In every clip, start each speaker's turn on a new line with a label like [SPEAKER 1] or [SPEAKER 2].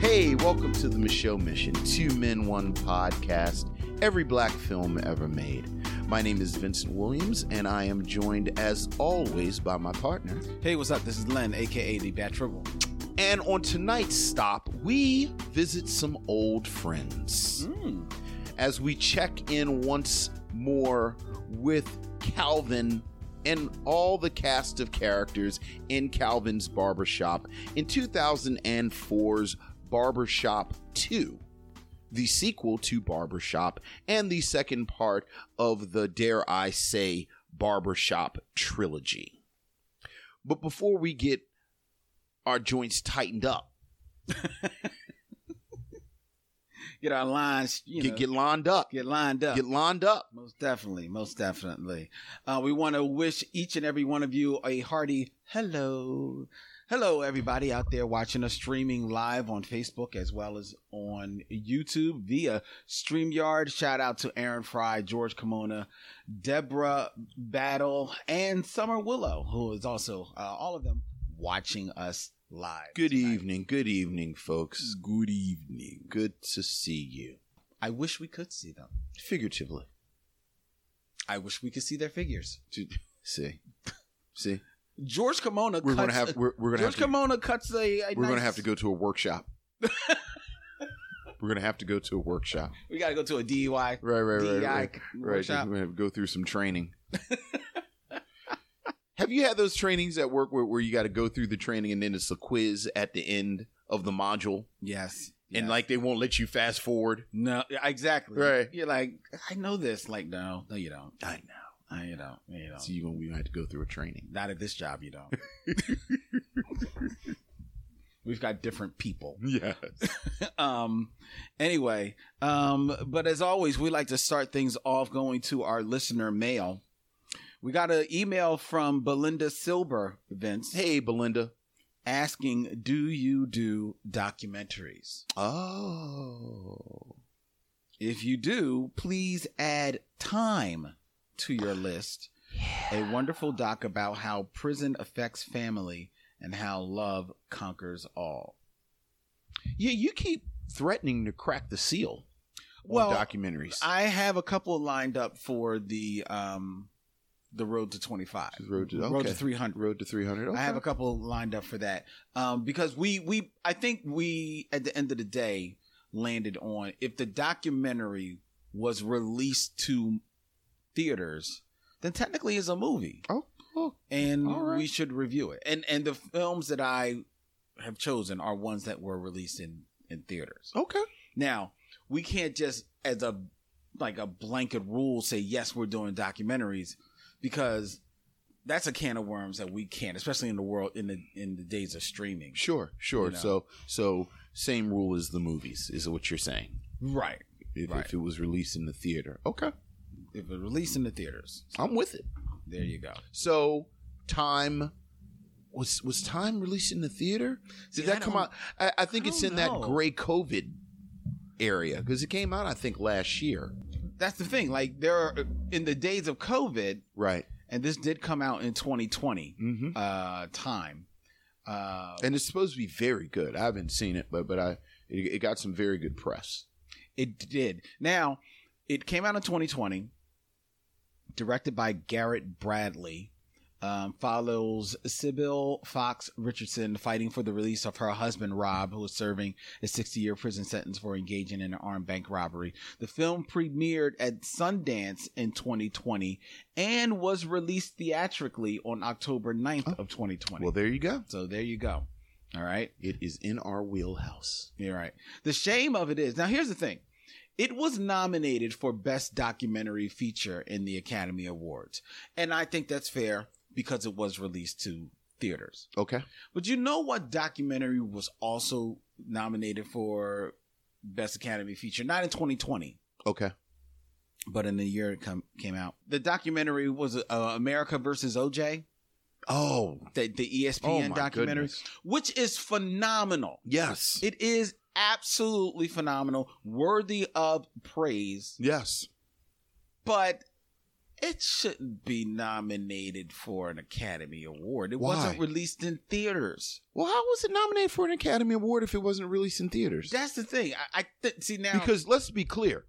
[SPEAKER 1] Hey, welcome to the Michelle Mission, Two Men, One Podcast, every black film ever made. My name is Vincent Williams, and I am joined, as always, by my partner.
[SPEAKER 2] Hey, what's up? This is Len, aka the Bad Trouble.
[SPEAKER 1] And on tonight's stop, we visit some old friends as we check in once more with Calvin and all the cast of characters in Calvin's Barbershop in 2004's Barbershop 2 the sequel to Barbershop and the second part of the, dare I say, Barbershop trilogy. But before we get our joints tightened up,
[SPEAKER 2] Get our lines, you
[SPEAKER 1] get,
[SPEAKER 2] know,
[SPEAKER 1] get lined up,
[SPEAKER 2] get lined up.
[SPEAKER 1] get lined up.
[SPEAKER 2] most definitely, most definitely. Uh, we want to wish each and every one of you a hearty hello. Hello, everybody out there watching us streaming live on Facebook as well as on YouTube via StreamYard. Shout out to Aaron Fry, George Kimona, Deborah Battle, and Summer Willow, who is also, uh, all of them, watching us live.
[SPEAKER 1] Good
[SPEAKER 2] tonight.
[SPEAKER 1] evening, good evening, folks. Good evening. Good to see you.
[SPEAKER 2] I wish we could see them.
[SPEAKER 1] Figuratively.
[SPEAKER 2] I wish we could see their figures.
[SPEAKER 1] To- See, see,
[SPEAKER 2] George Kimona
[SPEAKER 1] we're
[SPEAKER 2] cuts.
[SPEAKER 1] gonna have we're, we're gonna
[SPEAKER 2] George
[SPEAKER 1] have to,
[SPEAKER 2] Kimona cuts a. a
[SPEAKER 1] we're
[SPEAKER 2] nice-
[SPEAKER 1] gonna have to go to a workshop. we're gonna have to go to a workshop.
[SPEAKER 2] We gotta go to a DUI.
[SPEAKER 1] Right, right, right,
[SPEAKER 2] DUI
[SPEAKER 1] right. Right,
[SPEAKER 2] workshop.
[SPEAKER 1] I'm gonna have to go through some training. have you had those trainings at work where, where you got to go through the training and then it's a quiz at the end of the module,
[SPEAKER 2] Yes.
[SPEAKER 1] and
[SPEAKER 2] yes.
[SPEAKER 1] like they won't let you fast forward?
[SPEAKER 2] no, yeah, exactly.
[SPEAKER 1] Right.
[SPEAKER 2] You're like, I know this. Like, no, no, you don't. I know. I you don't. No, You don't.
[SPEAKER 1] So you gonna we had to go through a training.
[SPEAKER 2] Not at this job, you don't. We've got different people.
[SPEAKER 1] Yeah,
[SPEAKER 2] um anyway um but as always we like to start things off going to our listener mail we got an email from belinda silber vince
[SPEAKER 1] Hey, Belinda.
[SPEAKER 2] asking do you do documentaries
[SPEAKER 1] Oh,
[SPEAKER 2] if you do please add time to your list a wonderful doc about how prison affects family and how love conquers all
[SPEAKER 1] yeah. You keep threatening to crack the seal on
[SPEAKER 2] Well,
[SPEAKER 1] documentaries.
[SPEAKER 2] I have a couple lined up for the um the road to 25.
[SPEAKER 1] Road to-
[SPEAKER 2] road
[SPEAKER 1] okay.
[SPEAKER 2] to 300.
[SPEAKER 1] Road to three hundred.
[SPEAKER 2] I have a couple lined up for that. Um because we we I think we at the end of the day landed on if the documentary was released to theaters then technically it's a movie
[SPEAKER 1] Oh, oh,
[SPEAKER 2] and
[SPEAKER 1] All right.
[SPEAKER 2] we should review it. And and the films that I have chosen are ones that were released in in theaters.
[SPEAKER 1] okay.
[SPEAKER 2] Now, we can't just as a like a blanket rule say yes, we're doing documentaries because that's a can of worms that we can't, especially in the world in the in the days of streaming.
[SPEAKER 1] Sure, sure.
[SPEAKER 2] You know.
[SPEAKER 1] So, so same rule as the movies is what you're saying.
[SPEAKER 2] Right.
[SPEAKER 1] If,
[SPEAKER 2] Right.
[SPEAKER 1] if it was released in the theater, okay,
[SPEAKER 2] If it's released in the theaters.
[SPEAKER 1] I'm with it.
[SPEAKER 2] There you go.
[SPEAKER 1] So, time was was time released in the theater? Did
[SPEAKER 2] Yeah, I
[SPEAKER 1] that come
[SPEAKER 2] don't-
[SPEAKER 1] out? I, I think
[SPEAKER 2] I
[SPEAKER 1] it's
[SPEAKER 2] don't
[SPEAKER 1] in that
[SPEAKER 2] know.
[SPEAKER 1] gray COVID area because it came out, I think, last year.
[SPEAKER 2] That's the thing. Like there are in the days of COVID,
[SPEAKER 1] Right.
[SPEAKER 2] and this did come out in 2020
[SPEAKER 1] Mm-hmm.
[SPEAKER 2] uh time. Uh
[SPEAKER 1] And it's supposed to be very good. I haven't seen it, but but I it, it got some very good press.
[SPEAKER 2] It did. Now, it came out in 2020, directed by Garrett Bradley. Um, follows Sybil Fox Richardson fighting for the release of her husband Rob, who is serving a 60 year prison sentence for engaging in an armed bank robbery. The film premiered at Sundance in 2020 and was released theatrically on October 9th of 2020.
[SPEAKER 1] Well, there you go.
[SPEAKER 2] so there you go. All right.
[SPEAKER 1] It is in our wheelhouse.
[SPEAKER 2] You're right. The shame of it is now. Here's the thing: it was nominated for best documentary feature in the Academy Awards, and I think that's fair because it was released to theaters.
[SPEAKER 1] Okay.
[SPEAKER 2] But you know what documentary was also nominated for best Academy feature? Not in 2020,
[SPEAKER 1] Okay.
[SPEAKER 2] but in the year it come, came out. The documentary was uh, America versus OJ,
[SPEAKER 1] Oh.
[SPEAKER 2] the, the E ESPN
[SPEAKER 1] Oh my
[SPEAKER 2] documentary,
[SPEAKER 1] goodness.
[SPEAKER 2] which is phenomenal.
[SPEAKER 1] Yes.
[SPEAKER 2] It is absolutely phenomenal, worthy of praise,
[SPEAKER 1] yes.
[SPEAKER 2] but it shouldn't be nominated for an Academy Award. It
[SPEAKER 1] Why?
[SPEAKER 2] wasn't released in theaters.
[SPEAKER 1] Well, how was it nominated for an Academy Award if it wasn't released in theaters?
[SPEAKER 2] That's the thing. I, I th- see now
[SPEAKER 1] because let's be clear,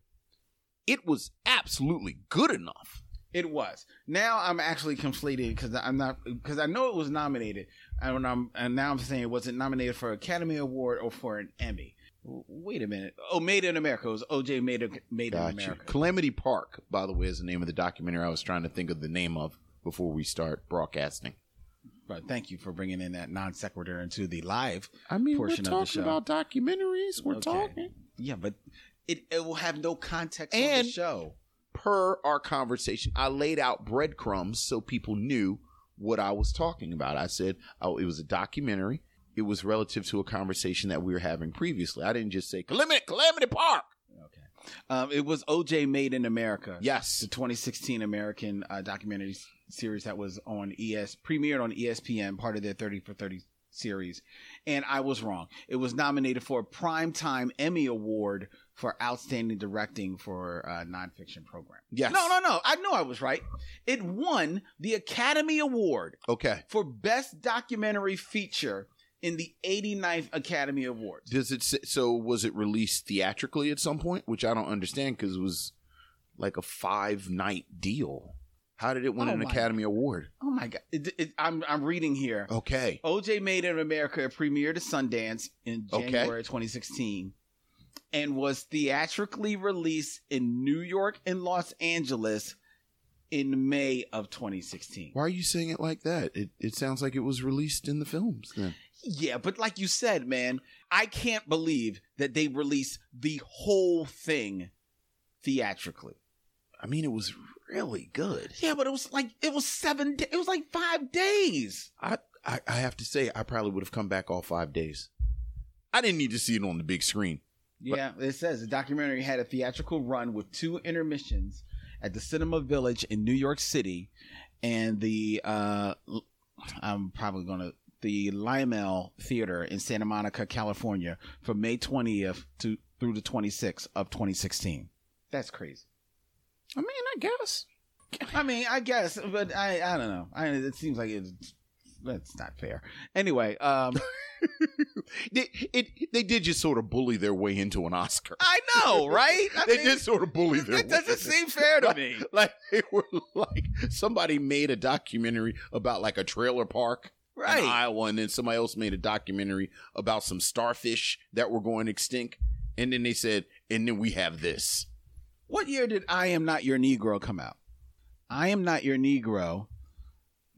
[SPEAKER 1] it was absolutely good enough.
[SPEAKER 2] it was. Now I'm actually conflated because I'm not because I know it was nominated, and I'm and now I'm saying it wasn't nominated for Academy Award or for an Emmy. W- Wait a minute. Oh, Made in America It was OJ Made in- Made in
[SPEAKER 1] Gotcha.
[SPEAKER 2] America.
[SPEAKER 1] Calamity Park, by the way, is the name of the documentary I was trying to think of the name of before we start broadcasting.
[SPEAKER 2] But thank you for bringing in that non sequitur into the live.
[SPEAKER 1] I mean,
[SPEAKER 2] Portion of the show.
[SPEAKER 1] documentaries. We're
[SPEAKER 2] Okay. Yeah, but it, it will have no context on
[SPEAKER 1] And-
[SPEAKER 2] the show.
[SPEAKER 1] Per our conversation, I laid out breadcrumbs so people knew what I was talking about. I said oh, it was a documentary. It was relative to a conversation that we were having previously. I didn't just say Calamity, Calamity Park.
[SPEAKER 2] Um, it was OJ Made in America.
[SPEAKER 1] Yes.
[SPEAKER 2] the 2016 American uh, documentary s- series that was on ES premiered on E ESPN, part of their 30 for 30 series. And I was wrong. It was nominated for a Primetime Emmy Award for Outstanding Directing for a Nonfiction Program.
[SPEAKER 1] Yes.
[SPEAKER 2] No, no, no. I know I was right. It won the Academy Award
[SPEAKER 1] Okay.
[SPEAKER 2] for Best Documentary Feature in the 89th Academy Awards.
[SPEAKER 1] Does it say, so? Was it released theatrically at some point? Which I don't understand because it was like a five night deal. How did it win
[SPEAKER 2] Oh
[SPEAKER 1] an
[SPEAKER 2] my
[SPEAKER 1] Academy Award?
[SPEAKER 2] Oh my God. It, it, I'm, I'm reading here.
[SPEAKER 1] Okay,
[SPEAKER 2] OJ Made in America premiered at Sundance in
[SPEAKER 1] Okay.
[SPEAKER 2] January 2016 and was theatrically released in New York and Los Angeles in May of 2016.
[SPEAKER 1] why are you saying it like that? It it sounds like it was released in the films. Then
[SPEAKER 2] Yeah, but like you said, man, I can't believe that they released the whole thing theatrically.
[SPEAKER 1] I mean, it was really good.
[SPEAKER 2] Yeah, but it was like it was 7 da- it was like 5 days.
[SPEAKER 1] I, I have to say, I probably would have come back all five days. I didn't need to see it on the big screen.
[SPEAKER 2] Yeah, it says the documentary had a theatrical run with two intermissions at the Cinema Village in New York City, and the uh, l- I'm probably gonna the Lymel Theater in Santa Monica, California, from May 20th to through the 26th of 2016. That's crazy.
[SPEAKER 1] I mean, I guess.
[SPEAKER 2] I mean, I guess, but I I don't know. I, it seems like it's that's not fair. Anyway, um,
[SPEAKER 1] They, it, they did just sort of bully their way into an Oscar.
[SPEAKER 2] I know, right? I
[SPEAKER 1] they
[SPEAKER 2] mean,
[SPEAKER 1] did sort of bully their way.
[SPEAKER 2] That doesn't seem fair to me.
[SPEAKER 1] like they were like somebody made a documentary about like a trailer park
[SPEAKER 2] Right.
[SPEAKER 1] in Iowa, and then somebody else made a documentary about some starfish that were going extinct, and then they said, and then we have this.
[SPEAKER 2] What year did I Am Not Your Negro come out? I Am Not Your Negro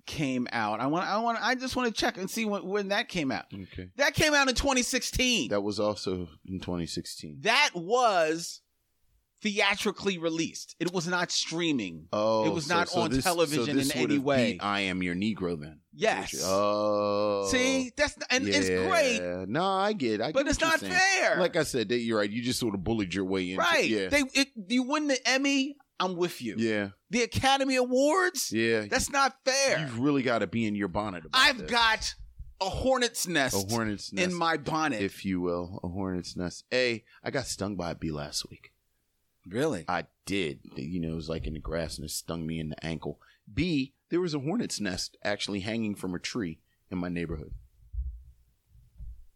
[SPEAKER 2] came out. I want I want I just want to check and see when, when that came out.
[SPEAKER 1] Okay,
[SPEAKER 2] That came out in 2016.
[SPEAKER 1] that was also in 2016.
[SPEAKER 2] That was theatrically released. It was not streaming.
[SPEAKER 1] Oh,
[SPEAKER 2] It was not on television
[SPEAKER 1] so this
[SPEAKER 2] in
[SPEAKER 1] would
[SPEAKER 2] any
[SPEAKER 1] have
[SPEAKER 2] way.
[SPEAKER 1] beat I am your Negro then.
[SPEAKER 2] Yes.
[SPEAKER 1] Oh,
[SPEAKER 2] See, that's not, and it's
[SPEAKER 1] yeah.
[SPEAKER 2] great,
[SPEAKER 1] No, I get, it. I get
[SPEAKER 2] but it's
[SPEAKER 1] what
[SPEAKER 2] not
[SPEAKER 1] you're saying.
[SPEAKER 2] fair.
[SPEAKER 1] Like I said, they, you're right. You just sort of bullied your way into
[SPEAKER 2] right?
[SPEAKER 1] Yeah,
[SPEAKER 2] They it, you win the Emmy, I'm with you.
[SPEAKER 1] yeah,
[SPEAKER 2] The Academy Awards,
[SPEAKER 1] yeah.
[SPEAKER 2] that's not fair.
[SPEAKER 1] You've really got to be in your bonnet. About
[SPEAKER 2] I've
[SPEAKER 1] this.
[SPEAKER 2] got a hornet's nest.
[SPEAKER 1] a hornet's nest,
[SPEAKER 2] in my bonnet.
[SPEAKER 1] if you will, a hornet's nest. A, I got stung by a bee last week.
[SPEAKER 2] really?
[SPEAKER 1] I did. You know, it was like in the grass and it stung me in the ankle. B, there was a hornet's nest actually hanging from a tree in my neighborhood.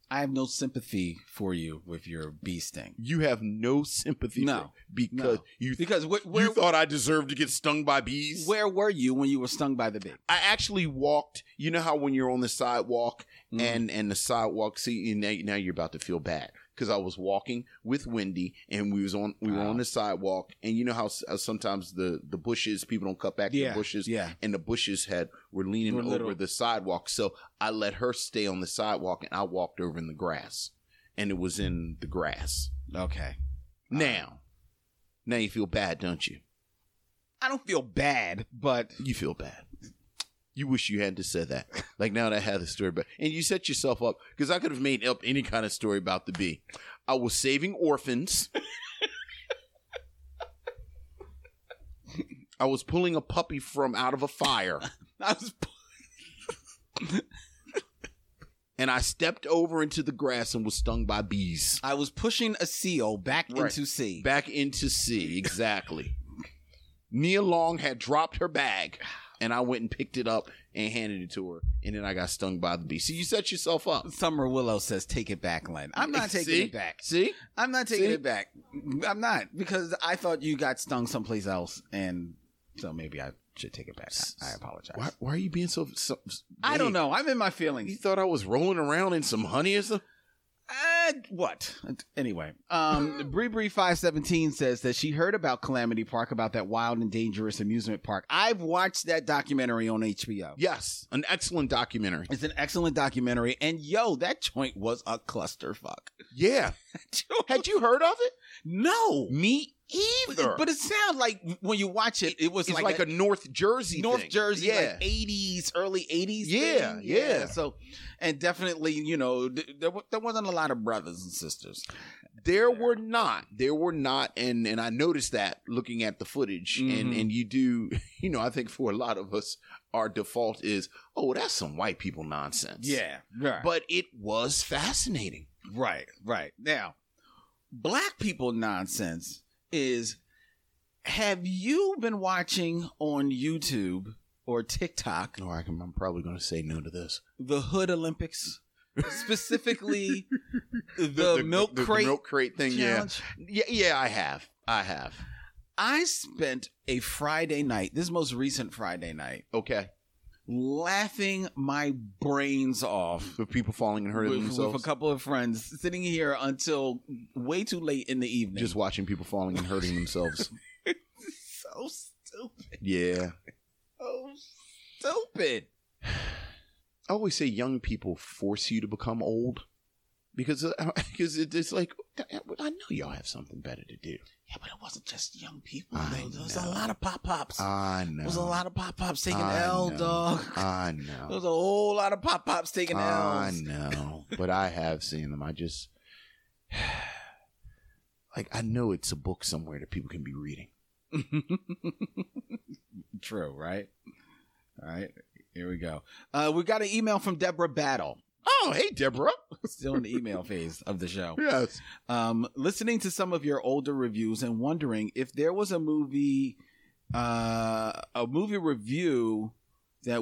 [SPEAKER 2] I have no sympathy for you with your bee sting.
[SPEAKER 1] You have no sympathy,
[SPEAKER 2] No,
[SPEAKER 1] for it because
[SPEAKER 2] no.
[SPEAKER 1] you
[SPEAKER 2] Because wh- where
[SPEAKER 1] you thought I deserved to get stung by bees.
[SPEAKER 2] where were you when you were stung by the bee?
[SPEAKER 1] I actually walked. You know how when you're on the sidewalk
[SPEAKER 2] Mm-hmm.
[SPEAKER 1] and and the sidewalk, see and now, now you're about to feel bad because I was walking with Wendy and we was on we were
[SPEAKER 2] Wow.
[SPEAKER 1] on the sidewalk and you know how s- uh, sometimes the the bushes people don't cut back
[SPEAKER 2] yeah,
[SPEAKER 1] the bushes
[SPEAKER 2] Yeah.
[SPEAKER 1] and the bushes had were leaning
[SPEAKER 2] Were
[SPEAKER 1] over
[SPEAKER 2] little.
[SPEAKER 1] the sidewalk, so I let her stay on the sidewalk and I walked over in the grass and it was in the grass.
[SPEAKER 2] Okay.
[SPEAKER 1] Now, now you feel bad, don't you?
[SPEAKER 2] I don't feel bad, but
[SPEAKER 1] you feel bad. You wish you hadn't said that. Like now that I have the story, but and you set yourself up because I could have made up any kind of story about the bee. I was saving orphans. I was pulling a puppy from out of a fire,
[SPEAKER 2] I was
[SPEAKER 1] and I stepped over into the grass and was stung by bees.
[SPEAKER 2] I was pushing a seal back
[SPEAKER 1] Right.
[SPEAKER 2] into sea.
[SPEAKER 1] Back into sea, exactly. Nia Long had dropped her bag, and I went and picked it up and handed it to her, and then I got stung by the bee. So you set yourself up.
[SPEAKER 2] Summer Willow says, "Take it back, Len. I'm not taking
[SPEAKER 1] See?
[SPEAKER 2] it back.
[SPEAKER 1] See,
[SPEAKER 2] I'm not taking
[SPEAKER 1] See?
[SPEAKER 2] it back. I'm not because I thought you got stung someplace else, and so maybe I should take it back. I, I apologize.
[SPEAKER 1] why, why are you being so? so
[SPEAKER 2] I don't
[SPEAKER 1] vague?
[SPEAKER 2] know. I'm in my
[SPEAKER 1] You
[SPEAKER 2] feelings.
[SPEAKER 1] thought I was rolling around in some honey or something?
[SPEAKER 2] Uh, what? Anyway, um, Bree Bree five seventeen says that she heard about Calamity Park about that wild and dangerous amusement park. I've watched that documentary on HBO.
[SPEAKER 1] Yes, an excellent documentary.
[SPEAKER 2] It's an excellent documentary, and yo, that joint was a clusterfuck.
[SPEAKER 1] Yeah, had you heard of it?
[SPEAKER 2] no,
[SPEAKER 1] Me
[SPEAKER 2] but,
[SPEAKER 1] either.
[SPEAKER 2] but it sounds like when you watch it, it was
[SPEAKER 1] it's like, a, North Jersey,
[SPEAKER 2] North
[SPEAKER 1] thing.
[SPEAKER 2] Jersey,
[SPEAKER 1] Yeah,
[SPEAKER 2] like eighties, early eighties.
[SPEAKER 1] Yeah, yeah.
[SPEAKER 2] So, and definitely, you know, th- there wa- there wasn't a lot of brothers and sisters.
[SPEAKER 1] there were not there were not and and i noticed that looking at the footage and
[SPEAKER 2] Mhm.
[SPEAKER 1] and you do you know i think for a lot of us our default is oh that's some white people nonsense
[SPEAKER 2] right,
[SPEAKER 1] but it was fascinating
[SPEAKER 2] right, right. Now, black people nonsense is: Have you been watching on YouTube or TikTok
[SPEAKER 1] no Oh, I can, i'm probably going to say no to this
[SPEAKER 2] the Hood Olympics, specifically the, milk
[SPEAKER 1] the
[SPEAKER 2] crate
[SPEAKER 1] milk crate thing yeah.
[SPEAKER 2] challenge?
[SPEAKER 1] yeah yeah i have i have
[SPEAKER 2] I spent a Friday night, this most recent Friday night,
[SPEAKER 1] okay
[SPEAKER 2] laughing my brains off
[SPEAKER 1] with people falling and hurting
[SPEAKER 2] with,
[SPEAKER 1] themselves
[SPEAKER 2] with a couple of friends sitting here until way too late in the evening.
[SPEAKER 1] just watching people falling and hurting themselves
[SPEAKER 2] so stupid.
[SPEAKER 1] yeah
[SPEAKER 2] So stupid.
[SPEAKER 1] I always say young people force you to become old because uh, because it, it's like I know y'all have something better to do.
[SPEAKER 2] Yeah, but it wasn't just young people.
[SPEAKER 1] I
[SPEAKER 2] Though. There was a
[SPEAKER 1] know.
[SPEAKER 2] lot of pop pops.
[SPEAKER 1] I know.
[SPEAKER 2] There was a lot of pop pops taking
[SPEAKER 1] I
[SPEAKER 2] L,
[SPEAKER 1] know.
[SPEAKER 2] dog.
[SPEAKER 1] I
[SPEAKER 2] There
[SPEAKER 1] know.
[SPEAKER 2] was a whole lot of pop pops taking
[SPEAKER 1] I
[SPEAKER 2] L's.
[SPEAKER 1] know. But I have seen them. I just like I know it's a book somewhere that people can be reading.
[SPEAKER 2] True, right? All right, here we go. Uh, we got an email from Deborah Battle.
[SPEAKER 1] Oh, hey Deborah.
[SPEAKER 2] Still in the email phase of the show.
[SPEAKER 1] Yes.
[SPEAKER 2] Um, listening to some of your older reviews and wondering if there was a movie, uh, a movie review that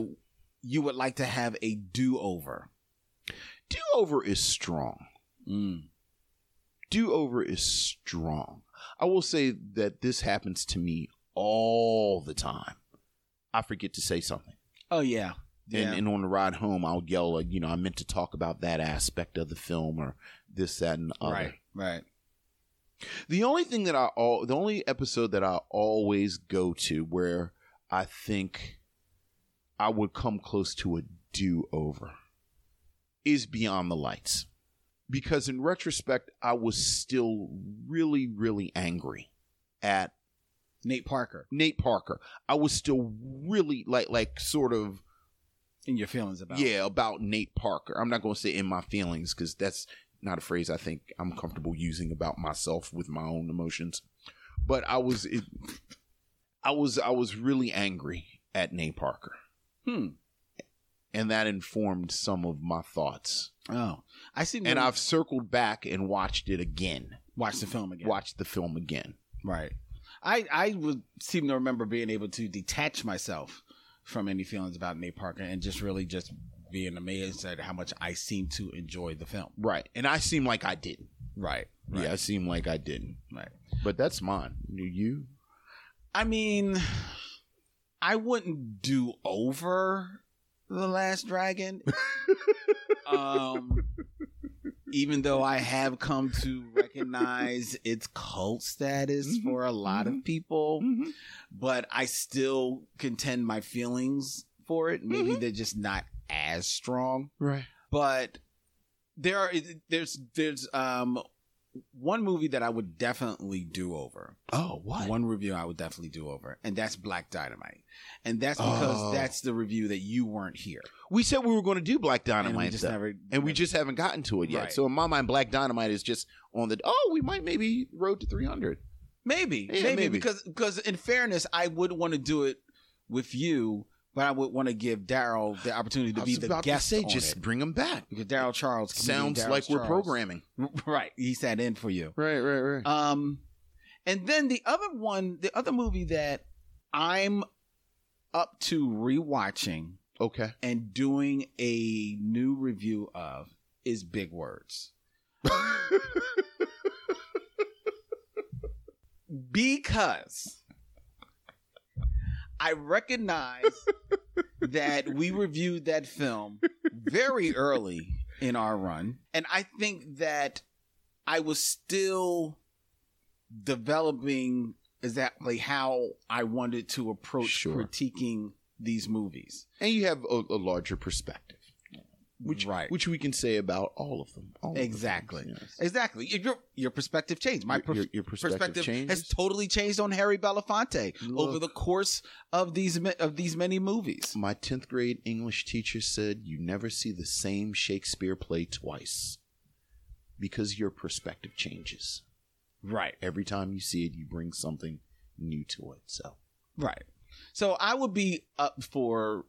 [SPEAKER 2] you would like to have a do over.
[SPEAKER 1] Do over is strong.
[SPEAKER 2] Mm.
[SPEAKER 1] do over is strong. I will say that this happens to me all the time. I forget to say something.
[SPEAKER 2] Oh yeah, yeah.
[SPEAKER 1] And, and on the ride home, I'll yell, like, you know, I meant to talk about that aspect of the film or this, that, and the other.
[SPEAKER 2] right, right.
[SPEAKER 1] The only thing that I all, the only episode that I always go to where I think I would come close to a do over is Beyond the Lights. Because in retrospect, I was still really, really angry at
[SPEAKER 2] Nate Parker
[SPEAKER 1] Nate Parker. I was still really like, like sort of,
[SPEAKER 2] in your feelings about
[SPEAKER 1] yeah, about Nate Parker. I'm not going to say in my feelings because that's not a phrase I think I'm comfortable using about myself with my own emotions. But I was, it, I was, I was really angry at Nate Parker,
[SPEAKER 2] Hmm.
[SPEAKER 1] and that informed some of my thoughts.
[SPEAKER 2] Oh, I see.
[SPEAKER 1] And I've circled back and watched it again,
[SPEAKER 2] watched the film again.
[SPEAKER 1] watched the film again.
[SPEAKER 2] Right. I I would seem to remember being able to detach myself from any feelings about Nate Parker and just really just being amazed at how much I seem to enjoy the film.
[SPEAKER 1] Right, and I seem like I didn't.
[SPEAKER 2] Right.
[SPEAKER 1] Yeah, I seem like I didn't.
[SPEAKER 2] Right.
[SPEAKER 1] But that's mine. You,
[SPEAKER 2] I mean, I wouldn't do over the Last Dragon. um, even though I have come to recognize its cult status
[SPEAKER 1] Mhm,
[SPEAKER 2] for a lot of people.
[SPEAKER 1] Mm-hmm.
[SPEAKER 2] but I still contend my feelings for it. Maybe they're just not as strong.
[SPEAKER 1] right?
[SPEAKER 2] But there are there's there's um one movie that I would definitely do over.
[SPEAKER 1] Oh, what?
[SPEAKER 2] One review I would definitely do over, and that's Black Dynamite. And that's because
[SPEAKER 1] Oh.
[SPEAKER 2] that's the review that you weren't here.
[SPEAKER 1] We said we were going to do Black Dynamite,
[SPEAKER 2] and we
[SPEAKER 1] and
[SPEAKER 2] just
[SPEAKER 1] though,
[SPEAKER 2] never
[SPEAKER 1] and we just haven't gotten to it yet.
[SPEAKER 2] Right.
[SPEAKER 1] So in my mind, Black Dynamite is just on the oh, we might maybe road to three hundred.
[SPEAKER 2] Maybe,
[SPEAKER 1] Yeah,
[SPEAKER 2] maybe,
[SPEAKER 1] maybe.
[SPEAKER 2] because because in fairness, I would want to do it with you, but I would want to give Daryl the opportunity to be the guest on
[SPEAKER 1] just
[SPEAKER 2] it.
[SPEAKER 1] bring them back.
[SPEAKER 2] because Daryl Charles comedian
[SPEAKER 1] Sounds
[SPEAKER 2] Daryl
[SPEAKER 1] like we're
[SPEAKER 2] Charles.
[SPEAKER 1] programming. Uh,
[SPEAKER 2] right. He sat in for you.
[SPEAKER 1] Right, right, right.
[SPEAKER 2] Um, and then the other one, the other movie that I'm up to rewatching
[SPEAKER 1] Okay.
[SPEAKER 2] and doing a new review of is Big Words. because I recognize that we reviewed that film very early in our run. And I think that I was still developing exactly how I wanted to approach
[SPEAKER 1] Sure.
[SPEAKER 2] critiquing these movies.
[SPEAKER 1] And you have a, a larger perspective, which
[SPEAKER 2] right.
[SPEAKER 1] which we can say about all of them. All of the
[SPEAKER 2] Exactly.
[SPEAKER 1] films, yes.
[SPEAKER 2] Exactly. Your your perspective changed. My
[SPEAKER 1] Your- your,
[SPEAKER 2] perspective.
[SPEAKER 1] your perspective,
[SPEAKER 2] perspective,
[SPEAKER 1] changes.
[SPEAKER 2] has totally changed on Harry Belafonte
[SPEAKER 1] Look.
[SPEAKER 2] over the course of these ma- of these many movies.
[SPEAKER 1] My tenth grade English teacher said you never see the same Shakespeare play twice because your perspective changes
[SPEAKER 2] Right,
[SPEAKER 1] every time you see it. You bring something new to it. So
[SPEAKER 2] right. So I would be up for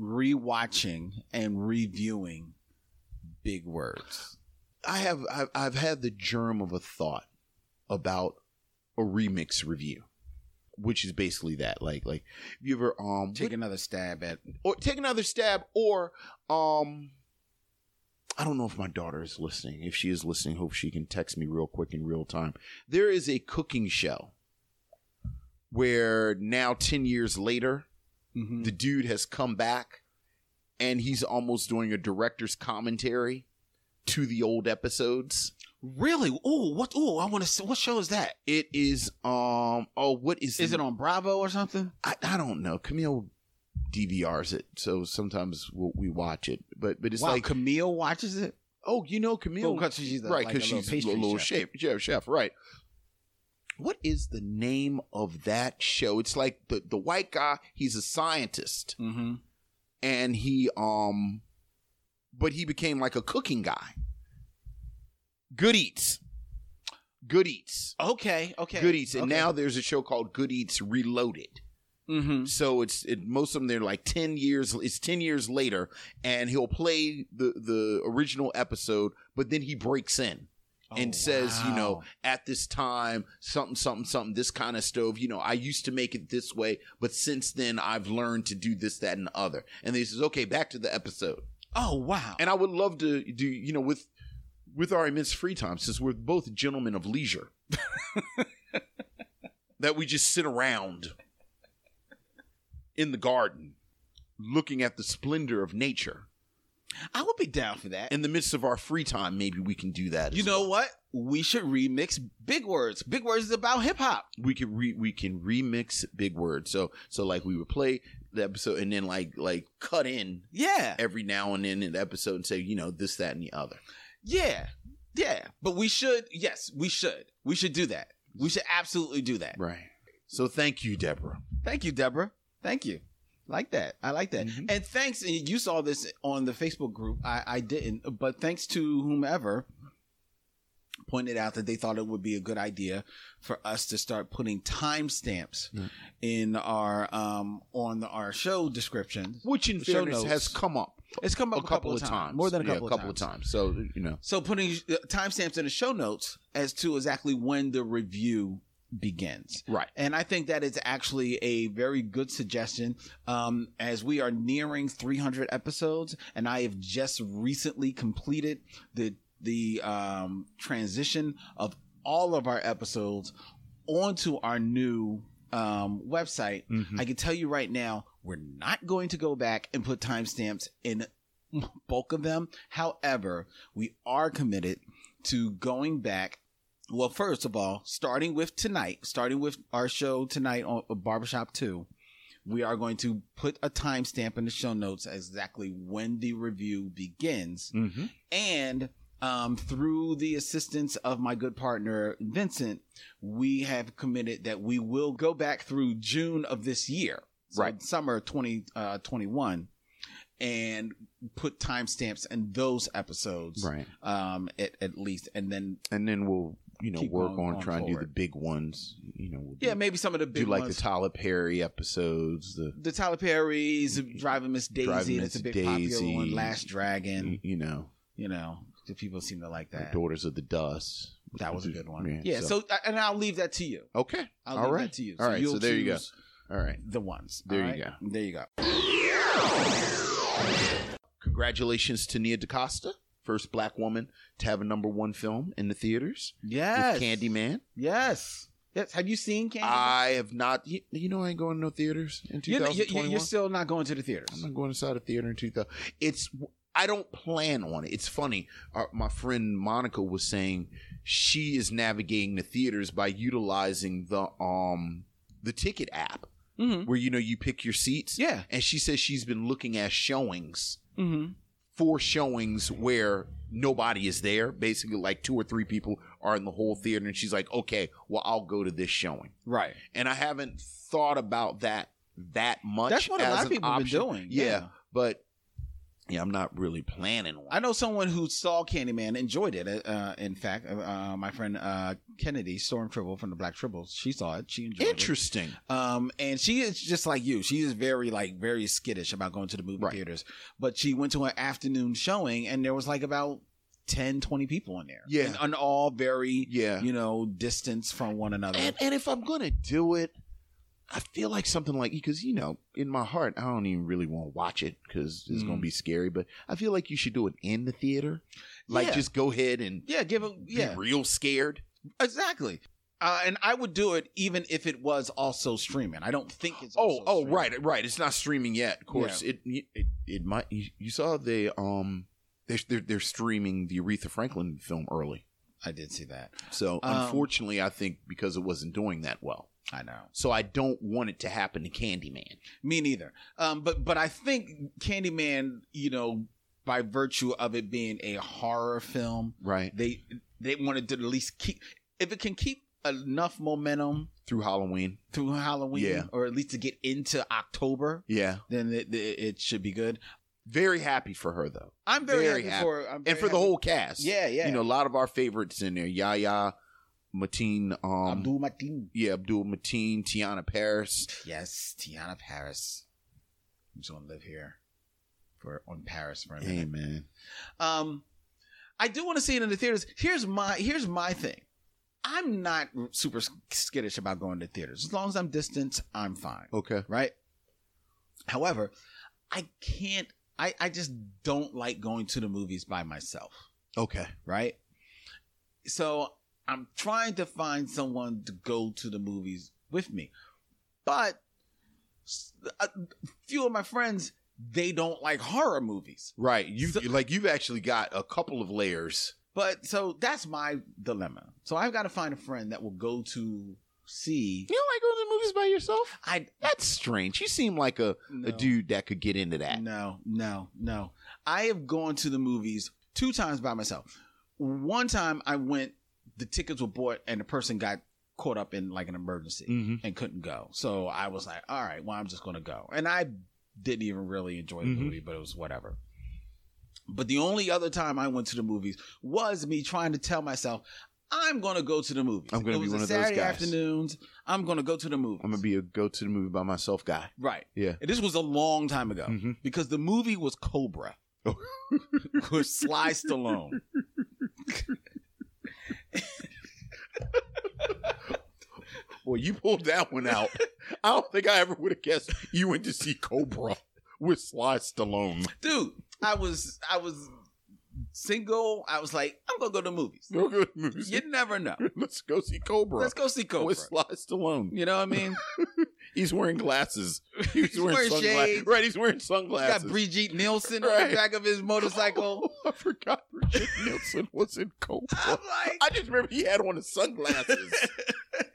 [SPEAKER 2] rewatching and reviewing Big Words.
[SPEAKER 1] I have I've, I've had the germ of a thought about a remix review, which is basically that. Like like you ever um
[SPEAKER 2] Take another stab at
[SPEAKER 1] or take another stab or um I don't know if my daughter is listening. If she is listening, hope she can text me real quick in real time. There is a cooking show where now 10 years later,
[SPEAKER 2] Mhm.
[SPEAKER 1] the dude has come back and he's almost doing a director's commentary to the old episodes.
[SPEAKER 2] really. Oh, what? Oh, I want to. What show is that?
[SPEAKER 1] It is um oh what is
[SPEAKER 2] Is it on Bravo or something?
[SPEAKER 1] I, I don't know. Camille DVRs it, so sometimes we'll, we watch it. But but it's
[SPEAKER 2] wow,
[SPEAKER 1] like
[SPEAKER 2] Camille watches it.
[SPEAKER 1] Oh, you know
[SPEAKER 2] Oh,
[SPEAKER 1] Camille,
[SPEAKER 2] 'cause she's a-
[SPEAKER 1] right?
[SPEAKER 2] like
[SPEAKER 1] Because
[SPEAKER 2] a little
[SPEAKER 1] she's
[SPEAKER 2] pastry
[SPEAKER 1] a little
[SPEAKER 2] chef.
[SPEAKER 1] chef. chef, chef, right? What is the name of that show? It's like the the white guy. He's a scientist,
[SPEAKER 2] Mm-hmm.
[SPEAKER 1] and he um, but he became like a cooking guy. Good Eats, Good Eats,
[SPEAKER 2] Okay. Okay.
[SPEAKER 1] Good Eats, and
[SPEAKER 2] okay.
[SPEAKER 1] now there's a show called Good Eats Reloaded.
[SPEAKER 2] Mhm.
[SPEAKER 1] So it's it, most of them they're like ten years. It's ten years later, and he'll play the the original episode, but then he breaks in and
[SPEAKER 2] Oh,
[SPEAKER 1] says, you know,
[SPEAKER 2] wow.
[SPEAKER 1] at this time, something, something, something, this kind of stove, you know, I used to make it this way, but since then I've learned to do this, that, and the other. And then he says, okay, back to the episode.
[SPEAKER 2] Oh wow.
[SPEAKER 1] And I would love to do, you know, with with our immense free time, since we're both gentlemen of leisure, that we just sit around in the garden looking at the splendor of nature.
[SPEAKER 2] I would be down for that.
[SPEAKER 1] In the midst of our free time, maybe we can do that.
[SPEAKER 2] You
[SPEAKER 1] as
[SPEAKER 2] know
[SPEAKER 1] well.
[SPEAKER 2] what? We should remix Big Words. Big Words is about hip hop.
[SPEAKER 1] we can re- we can remix big words. So so like we would play the episode and then like like cut in
[SPEAKER 2] Yeah.
[SPEAKER 1] every now and then in the episode and say you know this that and the other.
[SPEAKER 2] Yeah. Yeah. But we should, yes, we should. We should do that. We should absolutely do that.
[SPEAKER 1] Right. So thank you, Deborah.
[SPEAKER 2] Thank you, Deborah. Thank you. Like that. I like that.
[SPEAKER 1] Mhm.
[SPEAKER 2] And thanks, and you saw this on the Facebook group. I, I didn't, but thanks to whomever pointed out that they thought it would be a good idea for us to start putting timestamps
[SPEAKER 1] Yeah.
[SPEAKER 2] in our um on our show descriptions.
[SPEAKER 1] Which in
[SPEAKER 2] Show
[SPEAKER 1] fairness
[SPEAKER 2] notes.
[SPEAKER 1] has come up
[SPEAKER 2] It's come
[SPEAKER 1] a
[SPEAKER 2] up
[SPEAKER 1] couple, of times.
[SPEAKER 2] more than a
[SPEAKER 1] Yeah,
[SPEAKER 2] couple,
[SPEAKER 1] couple of times. So you know,
[SPEAKER 2] So putting uh, timestamps in the show notes as to exactly when the review begins.
[SPEAKER 1] right.
[SPEAKER 2] And I think that is actually a very good suggestion um, as we are nearing 300 episodes, and I have just recently completed the the um, transition of all of our episodes onto our new um, website.
[SPEAKER 1] Mm-hmm.
[SPEAKER 2] I can tell you right now, we're not going to go back and put timestamps in bulk of them. However, we are committed to going back. Well, first of all, starting with tonight, starting with our show tonight on uh, Barbershop 2, we are going to put a timestamp in the show notes exactly when the review begins
[SPEAKER 1] mm-hmm.
[SPEAKER 2] and um, through the assistance of my good partner Vincent, we have committed that we will go back through June of this year, so
[SPEAKER 1] Right.
[SPEAKER 2] Summer twenty uh, twenty one, and put timestamps in those episodes,
[SPEAKER 1] Right.
[SPEAKER 2] um, at, at least, and then
[SPEAKER 1] And then we'll you know
[SPEAKER 2] Keep
[SPEAKER 1] work
[SPEAKER 2] going-
[SPEAKER 1] on
[SPEAKER 2] going
[SPEAKER 1] trying to do the
[SPEAKER 2] forward.
[SPEAKER 1] big ones. You know, we'll do,
[SPEAKER 2] yeah, maybe some of the
[SPEAKER 1] do
[SPEAKER 2] big
[SPEAKER 1] like
[SPEAKER 2] ones.
[SPEAKER 1] the Tyler Perry episodes. The
[SPEAKER 2] the Tyler Perry's Driving Miss Daisy.
[SPEAKER 1] Mm-hmm. Driving
[SPEAKER 2] that's
[SPEAKER 1] Miss
[SPEAKER 2] a big
[SPEAKER 1] Daisy. Mm-hmm.
[SPEAKER 2] popular one. Last Dragon.
[SPEAKER 1] you know,
[SPEAKER 2] You know, the people seem to like
[SPEAKER 1] the
[SPEAKER 2] that.
[SPEAKER 1] Daughters of the Dust.
[SPEAKER 2] That was a good one.
[SPEAKER 1] Yeah,
[SPEAKER 2] Yeah.
[SPEAKER 1] so-
[SPEAKER 2] so, and I'll leave that to you.
[SPEAKER 1] Okay.
[SPEAKER 2] I'll
[SPEAKER 1] All
[SPEAKER 2] leave
[SPEAKER 1] right.
[SPEAKER 2] that to you.
[SPEAKER 1] All right.
[SPEAKER 2] you'll
[SPEAKER 1] So there you go.
[SPEAKER 2] choose
[SPEAKER 1] All right.
[SPEAKER 2] the ones.
[SPEAKER 1] There
[SPEAKER 2] all
[SPEAKER 1] you
[SPEAKER 2] right? There you go.
[SPEAKER 1] Congratulations to Nia DaCosta, first black woman to have a number one film in the theaters
[SPEAKER 2] Yes.
[SPEAKER 1] with Candyman.
[SPEAKER 2] Yes. Yes. Have you seen Candyman?
[SPEAKER 1] I have not. You, you know, I ain't going to no theaters in
[SPEAKER 2] You're- you're-
[SPEAKER 1] 2021.
[SPEAKER 2] you're still not going to the theaters.
[SPEAKER 1] I'm not going inside a theater in 2000. It's I don't plan on it. It's funny. Our, my friend Monica was saying she is navigating the theaters by utilizing the um the ticket app
[SPEAKER 2] Mm-hmm.
[SPEAKER 1] where you know you pick your seats.
[SPEAKER 2] Yeah.
[SPEAKER 1] And she says she's been looking at showings
[SPEAKER 2] Mm-hmm.
[SPEAKER 1] four showings where nobody is there. Basically, like two or three people are in the whole theater, and she's like, "Okay, well, I'll go to this showing."
[SPEAKER 2] Right.
[SPEAKER 1] And I haven't thought about that that much.
[SPEAKER 2] That's what a
[SPEAKER 1] as
[SPEAKER 2] lot of
[SPEAKER 1] an
[SPEAKER 2] people have been
[SPEAKER 1] option.
[SPEAKER 2] doing.
[SPEAKER 1] Yeah, but yeah, I'm not really planning on.
[SPEAKER 2] I know someone who saw Candyman enjoyed it. Uh, in fact, uh, uh, my friend uh, Kennedy Storm Tribble from the Black Tribbles, she saw it. She enjoyed it.
[SPEAKER 1] Interesting.
[SPEAKER 2] Um, and she is just like you. She is very like very skittish about going to the movie
[SPEAKER 1] Right.
[SPEAKER 2] theaters. But she went to an afternoon showing, and there was like about 10, 20 people in there.
[SPEAKER 1] Yeah.
[SPEAKER 2] and, and all very
[SPEAKER 1] Yeah.
[SPEAKER 2] you know distance from one another.
[SPEAKER 1] And, and if I'm gonna do it, I feel like something like because you know, in my heart, I don't even really want to watch it because it's gonna
[SPEAKER 2] Mm.
[SPEAKER 1] be scary. But I feel like you should do it in the theater, like
[SPEAKER 2] Yeah.
[SPEAKER 1] just go ahead and
[SPEAKER 2] yeah, give them yeah
[SPEAKER 1] be real scared.
[SPEAKER 2] exactly. Uh, and I would do it even if it was also streaming. I don't think it's
[SPEAKER 1] Oh,
[SPEAKER 2] also
[SPEAKER 1] oh,
[SPEAKER 2] streaming.
[SPEAKER 1] right, right. It's not streaming yet. Of course, it, it it might. You, you saw they um they're, they're they're streaming the Aretha Franklin film early.
[SPEAKER 2] I did see that.
[SPEAKER 1] So
[SPEAKER 2] Um,
[SPEAKER 1] unfortunately, I think because it wasn't doing that well.
[SPEAKER 2] I know.
[SPEAKER 1] So I don't want it to happen to Candyman.
[SPEAKER 2] Me neither. Um, but but I think Candyman, you know, by virtue of it being a horror film,
[SPEAKER 1] Right
[SPEAKER 2] they they wanted to at least keep if it can keep enough momentum
[SPEAKER 1] through Halloween.
[SPEAKER 2] through Halloween,
[SPEAKER 1] Yeah.
[SPEAKER 2] or at least to get into October,
[SPEAKER 1] Yeah,
[SPEAKER 2] then it, it, it should be good.
[SPEAKER 1] very happy for her though,
[SPEAKER 2] I'm very,
[SPEAKER 1] Very
[SPEAKER 2] happy,
[SPEAKER 1] happy.
[SPEAKER 2] for I'm very
[SPEAKER 1] and for the
[SPEAKER 2] happy-
[SPEAKER 1] whole cast.
[SPEAKER 2] yeah yeah
[SPEAKER 1] you know, a lot of our favorites in there. Yaya, Mateen, um,
[SPEAKER 2] Abdul Mateen.
[SPEAKER 1] yeah, Abdul Mateen, Tiana Paris.
[SPEAKER 2] Yes, Tiana Paris. I'm just gonna live here for on Paris for a minute.
[SPEAKER 1] Hey man,
[SPEAKER 2] Um, I do want to see it in the theaters. Here's my here's my thing. I'm not super skittish about going to theaters. As long as I'm distant, I'm fine.
[SPEAKER 1] okay,
[SPEAKER 2] Right. However, I can't. I I just don't like going to the movies by myself.
[SPEAKER 1] okay,
[SPEAKER 2] Right. So I'm trying to find someone to go to the movies with me, but s- a few of my friends they don't like horror movies.
[SPEAKER 1] right. You
[SPEAKER 2] So-
[SPEAKER 1] have like you've actually got a couple of layers.
[SPEAKER 2] But so that's my dilemma. So I've got to find a friend that will go to see.
[SPEAKER 1] You don't like going to the movies by yourself?
[SPEAKER 2] I
[SPEAKER 1] That's strange. You seem like a,
[SPEAKER 2] no,
[SPEAKER 1] a dude that could get into that.
[SPEAKER 2] No, no, no. I have gone to the movies two times by myself. One time I went, the tickets were bought, and the person got caught up in like an emergency
[SPEAKER 1] Mm-hmm.
[SPEAKER 2] and couldn't go. So I was like, all right, well, I'm just going to go. And I didn't even really enjoy the
[SPEAKER 1] Mhm.
[SPEAKER 2] movie, but it was whatever. But the only other time I went to the movies was me trying to tell myself, I'm going to go to the movies.
[SPEAKER 1] I'm gonna
[SPEAKER 2] It
[SPEAKER 1] be
[SPEAKER 2] was a
[SPEAKER 1] one of those
[SPEAKER 2] Saturday
[SPEAKER 1] guys.
[SPEAKER 2] afternoons. I'm going to go to the movies.
[SPEAKER 1] I'm gonna be a go to the movie by myself guy.
[SPEAKER 2] right.
[SPEAKER 1] Yeah.
[SPEAKER 2] And this was a long time ago
[SPEAKER 1] Mhm.
[SPEAKER 2] because the movie was Cobra
[SPEAKER 1] Oh.
[SPEAKER 2] with Sly Stallone.
[SPEAKER 1] Well, you pulled that one out. I don't think I ever would have guessed you went to see Cobra with Sly Stallone.
[SPEAKER 2] Dude, I was I was single. I was like, I'm going to go to the movies.
[SPEAKER 1] No good movies.
[SPEAKER 2] You never know.
[SPEAKER 1] Let's go see Cobra.
[SPEAKER 2] Let's go see Cobra.
[SPEAKER 1] with Sly Stallone.
[SPEAKER 2] You know what I mean?
[SPEAKER 1] He's wearing glasses. He's,
[SPEAKER 2] He's
[SPEAKER 1] wearing,
[SPEAKER 2] wearing
[SPEAKER 1] sunglasses.
[SPEAKER 2] shades.
[SPEAKER 1] Right, he's wearing
[SPEAKER 2] He's got
[SPEAKER 1] sunglasses.
[SPEAKER 2] Brigitte Nielsen on
[SPEAKER 1] Right.
[SPEAKER 2] the back of his motorcycle.
[SPEAKER 1] I forgot Bridget Nielsen was in
[SPEAKER 2] I'm
[SPEAKER 1] Cobra.
[SPEAKER 2] like,
[SPEAKER 1] I just remember he had on his sunglasses.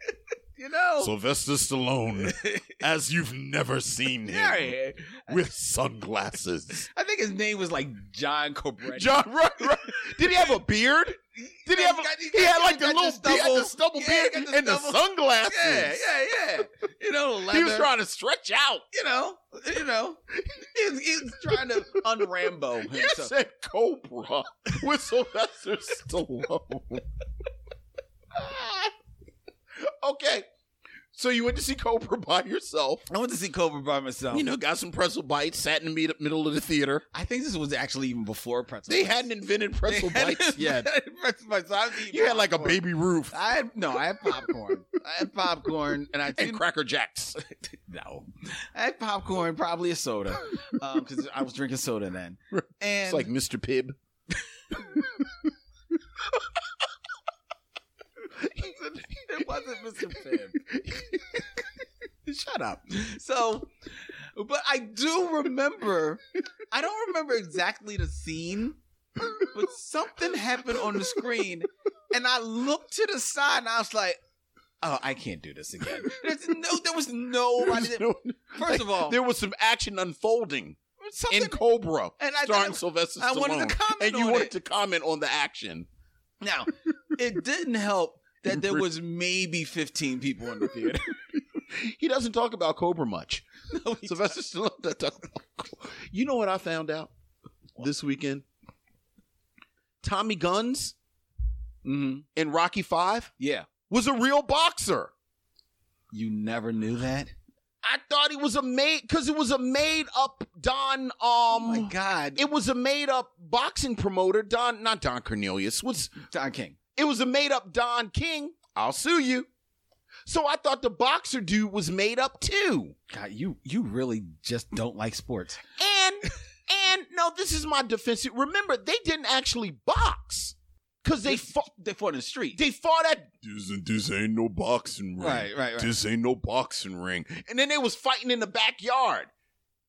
[SPEAKER 2] you know,
[SPEAKER 1] Sylvester Stallone, as you've never seen
[SPEAKER 2] yeah, yeah.
[SPEAKER 1] with sunglasses.
[SPEAKER 2] I think his name was like John Cobretti.
[SPEAKER 1] John, right, right. Did he have a beard? Did he have? A, he had like the little beard, the stubble
[SPEAKER 2] Yeah,
[SPEAKER 1] beard,
[SPEAKER 2] he got the
[SPEAKER 1] and the
[SPEAKER 2] stubble.
[SPEAKER 1] sunglasses.
[SPEAKER 2] Yeah, yeah, yeah. You know, leather.
[SPEAKER 1] He was trying to stretch out.
[SPEAKER 2] you know, you know, he was, he was trying to unrambo
[SPEAKER 1] You
[SPEAKER 2] himself.
[SPEAKER 1] said Cobra with Sylvester Stallone. okay, So you went to see Cobra by yourself.
[SPEAKER 2] I went to see Cobra by myself.
[SPEAKER 1] You know, got some pretzel bites, sat in the mid- middle of the theater.
[SPEAKER 2] I think this was actually even before pretzel.
[SPEAKER 1] They
[SPEAKER 2] bites.
[SPEAKER 1] hadn't invented
[SPEAKER 2] They
[SPEAKER 1] pretzel
[SPEAKER 2] hadn't
[SPEAKER 1] bites yet.
[SPEAKER 2] invented pretzel bites, so I was eating
[SPEAKER 1] You had like a
[SPEAKER 2] popcorn.
[SPEAKER 1] baby roof
[SPEAKER 2] I had no. I had popcorn. I had popcorn, and I
[SPEAKER 1] and
[SPEAKER 2] tuned,
[SPEAKER 1] Cracker Jacks.
[SPEAKER 2] no. I had popcorn, probably a soda, because I was drinking soda then.
[SPEAKER 1] Right.
[SPEAKER 2] And
[SPEAKER 1] It's like Mr. Pibb.
[SPEAKER 2] it wasn't Mr. Pibb. Shut up. So, but I do remember. I don't remember exactly the scene, but something happened on the screen, and I looked to the side, and I was like. Oh, I can't do this again. There's no, there was nobody. That, first of all,
[SPEAKER 1] there was some action unfolding
[SPEAKER 2] something,
[SPEAKER 1] in Cobra
[SPEAKER 2] and I,
[SPEAKER 1] starring
[SPEAKER 2] thought-
[SPEAKER 1] Sylvester
[SPEAKER 2] I wanted
[SPEAKER 1] Stallone.
[SPEAKER 2] to comment
[SPEAKER 1] and you
[SPEAKER 2] on
[SPEAKER 1] wanted
[SPEAKER 2] it.
[SPEAKER 1] to comment on the action.
[SPEAKER 2] Now, it didn't help that there was maybe 15 people in the theater.
[SPEAKER 1] He doesn't talk about Cobra much.
[SPEAKER 2] No, he-
[SPEAKER 1] Sylvester Stallone doesn't talk about Cobra. You know what I found out this weekend? Tommy Guns
[SPEAKER 2] Mhm.
[SPEAKER 1] in Rocky Five
[SPEAKER 2] Yeah.
[SPEAKER 1] was a real boxer.
[SPEAKER 2] You never knew that?
[SPEAKER 1] I thought he was a made because it was a made up Don. Um,
[SPEAKER 2] Oh my God.
[SPEAKER 1] it was a made up boxing promoter. Don, not Don Cornelius. What's
[SPEAKER 2] Don King.
[SPEAKER 1] It was a made up Don King. I'll sue you. So I thought the boxer dude was made up too.
[SPEAKER 2] God, you you really just don't like sports.
[SPEAKER 1] And and no, this is my defense. Remember, they didn't actually box because they fought.
[SPEAKER 2] They fought in the street.
[SPEAKER 1] They fought at this, ain't- this ain't no boxing ring.
[SPEAKER 2] Right, right, right.
[SPEAKER 1] This ain't no boxing ring. And then they was fighting in the backyard,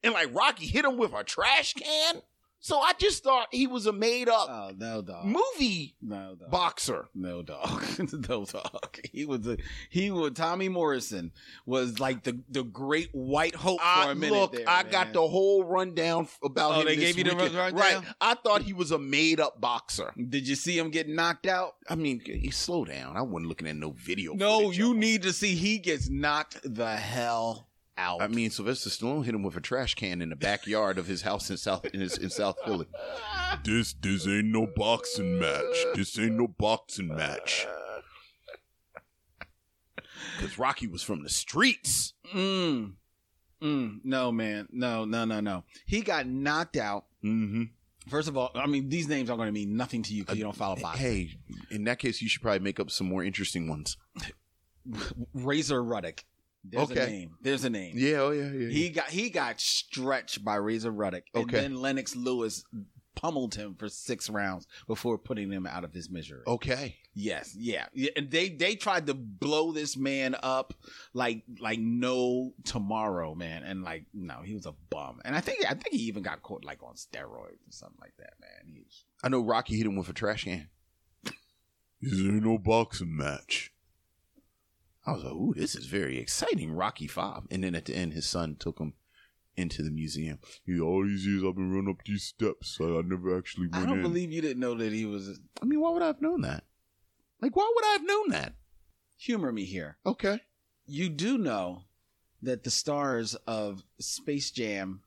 [SPEAKER 1] and like Rocky hit him with a trash can. So I just thought he was a made up
[SPEAKER 2] oh, no, dog.
[SPEAKER 1] movie
[SPEAKER 2] No, dog.
[SPEAKER 1] boxer.
[SPEAKER 2] no dog, no dog. He was a, he was Tommy Morrison was like the the great white hope for
[SPEAKER 1] I,
[SPEAKER 2] a minute.
[SPEAKER 1] look,
[SPEAKER 2] there,
[SPEAKER 1] I
[SPEAKER 2] man.
[SPEAKER 1] got the whole rundown f- about
[SPEAKER 2] Oh,
[SPEAKER 1] him.
[SPEAKER 2] they
[SPEAKER 1] this
[SPEAKER 2] gave you the
[SPEAKER 1] weekend.
[SPEAKER 2] rundown?
[SPEAKER 1] right? I thought he was a made up boxer.
[SPEAKER 2] Did you see him getting knocked out?
[SPEAKER 1] I mean, eh, slow down. I wasn't looking at no video.
[SPEAKER 2] No,
[SPEAKER 1] footage of
[SPEAKER 2] you
[SPEAKER 1] him.
[SPEAKER 2] need to see he gets knocked the hell out.
[SPEAKER 1] I mean, Sylvester Stallone hit him with a trash can in the backyard of his house in South in, his, in South Philly.
[SPEAKER 3] This this ain't no boxing match. This ain't no boxing match.
[SPEAKER 1] Because Rocky was from the streets.
[SPEAKER 2] Mm. Mm. No, man. No, no, no, no. He got knocked out.
[SPEAKER 1] Mm-hmm.
[SPEAKER 2] First of all, I mean, these names are going to mean nothing to you because you don't follow boxing.
[SPEAKER 1] Uh, Hey, in that case, you should probably make up some more interesting ones.
[SPEAKER 2] Razor Ruddock. There's a
[SPEAKER 1] Okay.
[SPEAKER 2] name. There's a name.
[SPEAKER 1] Yeah, oh yeah, yeah.
[SPEAKER 2] He got he got stretched by Razor Ruddock, and
[SPEAKER 1] Okay.
[SPEAKER 2] then Lennox Lewis pummeled him for six rounds before putting him out of his misery.
[SPEAKER 1] Oh. okay.
[SPEAKER 2] Yes, yeah. yeah. And they they tried to blow this man up like like no tomorrow, man. And like no, he was a bum. And I think I think he even got caught like on steroids or something like that, man. He,
[SPEAKER 1] I know Rocky hit him with a trash can.
[SPEAKER 3] This ain't no boxing match.
[SPEAKER 1] I was like, ooh, this is very exciting, Rocky Five. And then at the end, his son took him into the museum.
[SPEAKER 3] Yeah, all these years I've been running up these steps. I, I never actually went
[SPEAKER 2] I don't
[SPEAKER 3] in.
[SPEAKER 2] believe you didn't know that he was.
[SPEAKER 1] I mean, why would I have known that? Like, why would I have known that?
[SPEAKER 2] Humor me here.
[SPEAKER 1] Okay.
[SPEAKER 2] You do know that the stars of Space Jam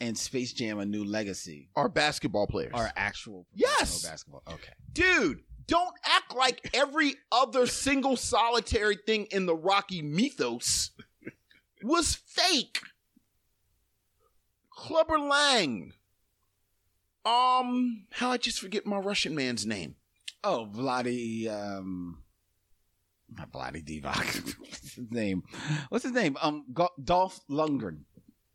[SPEAKER 2] and Space Jam: A New Legacy
[SPEAKER 1] Our basketball players.
[SPEAKER 2] are actual
[SPEAKER 1] Yes!
[SPEAKER 2] professional basketball. Okay,
[SPEAKER 1] Dude, don't act like every other single solitary thing in the Rocky mythos was fake. Clubber Lang. Um, how I just forget my Russian man's name.
[SPEAKER 2] Oh, Vladi, um, not Vladi Divac. What's his name? What's his name? Um, Go- Dolph Lundgren.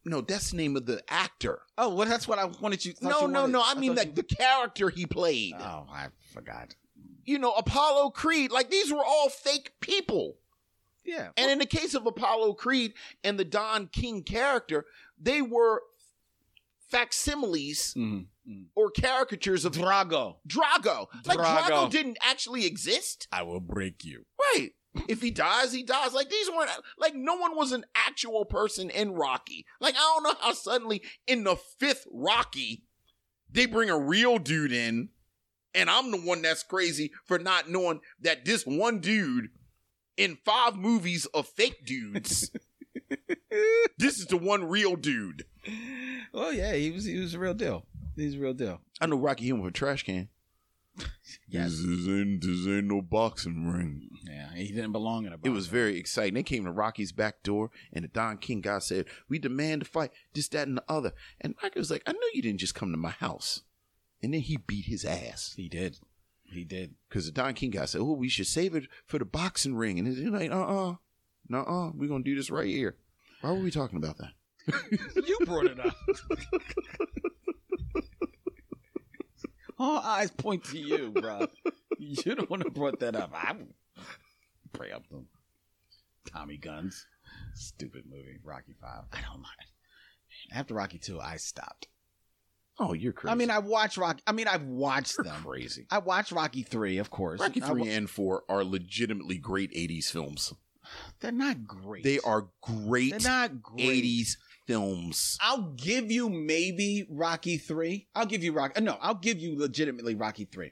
[SPEAKER 1] No, that's the name of the actor.
[SPEAKER 2] Oh, well, that's what I wanted you. thought
[SPEAKER 1] No,
[SPEAKER 2] you
[SPEAKER 1] no,
[SPEAKER 2] wanted.
[SPEAKER 1] no. I mean
[SPEAKER 2] thought
[SPEAKER 1] like the character he played.
[SPEAKER 2] you- Oh, I forgot.
[SPEAKER 1] you know, Apollo Creed. Like these were all fake people.
[SPEAKER 2] Yeah.
[SPEAKER 1] And in the case of Apollo Creed and the Don King character, they were facsimiles
[SPEAKER 2] Mhm.
[SPEAKER 1] or caricatures of
[SPEAKER 2] Drago,
[SPEAKER 1] Drago. Like Drago.
[SPEAKER 2] Drago.
[SPEAKER 1] didn't actually exist.
[SPEAKER 2] I will break you.
[SPEAKER 1] Right. If he dies, he dies. Like these weren't like no one was an actual person in Rocky. Like I don't know how suddenly in the fifth Rocky they bring a real dude in, and I'm the one that's crazy for not knowing that this one dude in five movies of fake dudes, this is the one real dude.
[SPEAKER 2] Well, yeah, he was he was a real deal. He was a real deal.
[SPEAKER 1] I know Rocky hit him with a trash can.
[SPEAKER 2] Yes.
[SPEAKER 3] This, this ain't, this ain't no boxing ring.
[SPEAKER 2] Yeah, he didn't belong in a box.
[SPEAKER 1] It was very exciting. They came to Rocky's back door, and the Don King guy said, "We demand a fight, this, that, and the other." And Rocky was like, "I know you didn't just come to my house." And then he beat his ass
[SPEAKER 2] He did. He did.
[SPEAKER 1] because the Don King guy said, "Oh, we should save it for the boxing ring." And he's like, "Uh, uh, no, uh, we're gonna do this right here." Why were we talking about that?
[SPEAKER 2] You brought it up. All eyes point to you, bro. You're the one who brought that up. I pray up them. Tommy Guns. Stupid movie. Rocky Five. I don't mind. After Rocky Two, I stopped.
[SPEAKER 1] Oh, you're crazy.
[SPEAKER 2] I mean, I watched Rocky. I mean, I've watched
[SPEAKER 1] you're
[SPEAKER 2] them.
[SPEAKER 1] crazy.
[SPEAKER 2] I watched Rocky Three, of course.
[SPEAKER 1] Rocky
[SPEAKER 2] I
[SPEAKER 1] three
[SPEAKER 2] wa-
[SPEAKER 1] and four are legitimately great '80s films.
[SPEAKER 2] They're not great.
[SPEAKER 1] They are
[SPEAKER 2] They're
[SPEAKER 1] great
[SPEAKER 2] not great.
[SPEAKER 1] '80s films.
[SPEAKER 2] I'll give you maybe Rocky three. I'll give you Rocky. No, I'll give you legitimately Rocky three.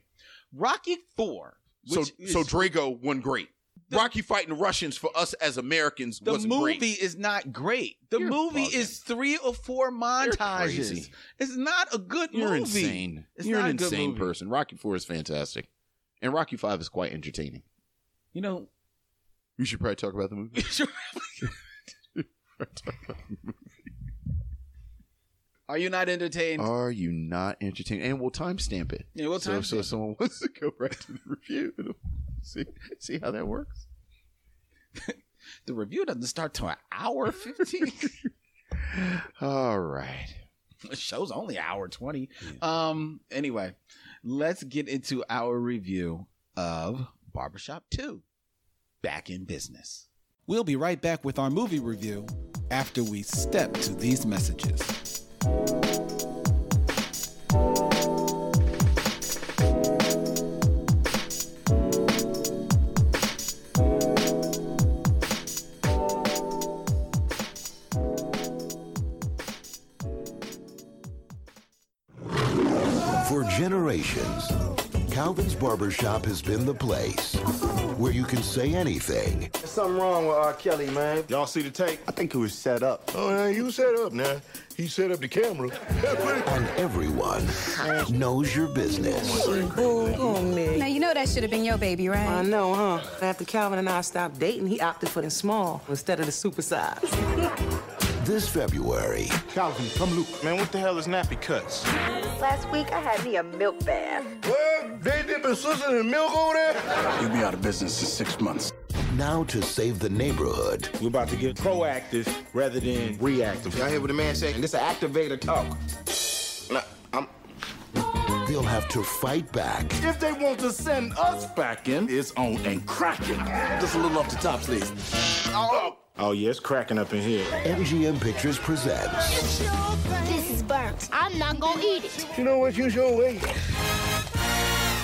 [SPEAKER 2] Rocky four.
[SPEAKER 1] So,
[SPEAKER 2] Which is,
[SPEAKER 1] so Drago won great.
[SPEAKER 2] The-
[SPEAKER 1] Rocky fighting the Russians for us as Americans
[SPEAKER 2] the
[SPEAKER 1] wasn't
[SPEAKER 2] movie
[SPEAKER 1] great.
[SPEAKER 2] is not great. The
[SPEAKER 1] You're
[SPEAKER 2] movie
[SPEAKER 1] bugging.
[SPEAKER 2] is three or four
[SPEAKER 1] You're
[SPEAKER 2] montages.
[SPEAKER 1] crazy.
[SPEAKER 2] It's not a good
[SPEAKER 1] You're
[SPEAKER 2] movie.
[SPEAKER 1] insane.
[SPEAKER 2] It's
[SPEAKER 1] You're
[SPEAKER 2] not
[SPEAKER 1] an
[SPEAKER 2] a good
[SPEAKER 1] insane
[SPEAKER 2] movie.
[SPEAKER 1] person. Rocky Four is fantastic, and Rocky Five is quite entertaining.
[SPEAKER 2] You know.
[SPEAKER 1] We should probably talk about the movie.
[SPEAKER 2] Are you not entertained?
[SPEAKER 1] Are you not entertained? And we'll timestamp it.
[SPEAKER 2] yeah, what
[SPEAKER 1] Oh, So,
[SPEAKER 2] time?
[SPEAKER 1] so if someone wants to go right to the review, it'll- see see how that works.
[SPEAKER 2] the review doesn't start till an hour fifteen.
[SPEAKER 1] All right.
[SPEAKER 2] the show's only an hour 20 um anyway let's get into our review of barbershop 2 back in business we'll be right back with our movie review after we step to these messages
[SPEAKER 4] For generations, Calvin's Barbershop has been the place where you can say anything,
[SPEAKER 5] There's something wrong with R. Kelly, man.
[SPEAKER 6] Y'all see the tape?
[SPEAKER 5] I think he was set up.
[SPEAKER 6] Oh, now you set up now. He set up the camera.
[SPEAKER 4] and everyone knows your business.
[SPEAKER 7] Now you know that should have been your baby, right?
[SPEAKER 8] I know, huh? After Calvin and I stopped dating, he opted for the small instead of the super size.
[SPEAKER 4] This February,
[SPEAKER 5] Calvin, come look. Man, what the hell is nappy cuts?
[SPEAKER 9] Last week I had me a milk bath.
[SPEAKER 6] What? They dipping sister in milk over there?
[SPEAKER 10] You'll be out of business in six months.
[SPEAKER 4] now to save the neighborhood,
[SPEAKER 10] We're about to get proactive rather than reactive.
[SPEAKER 5] Y'all hear what the man said? And this an activator talk. Nah, I'm.
[SPEAKER 4] they'll have to fight back
[SPEAKER 10] If they want to send us back in, it's on and cracking. Just a little off the top, please. Oh, oh yeah, it's cracking up in here.
[SPEAKER 4] MGM Pictures Presents
[SPEAKER 9] This is burnt. I'm not gonna eat it.
[SPEAKER 6] You know what? You your way.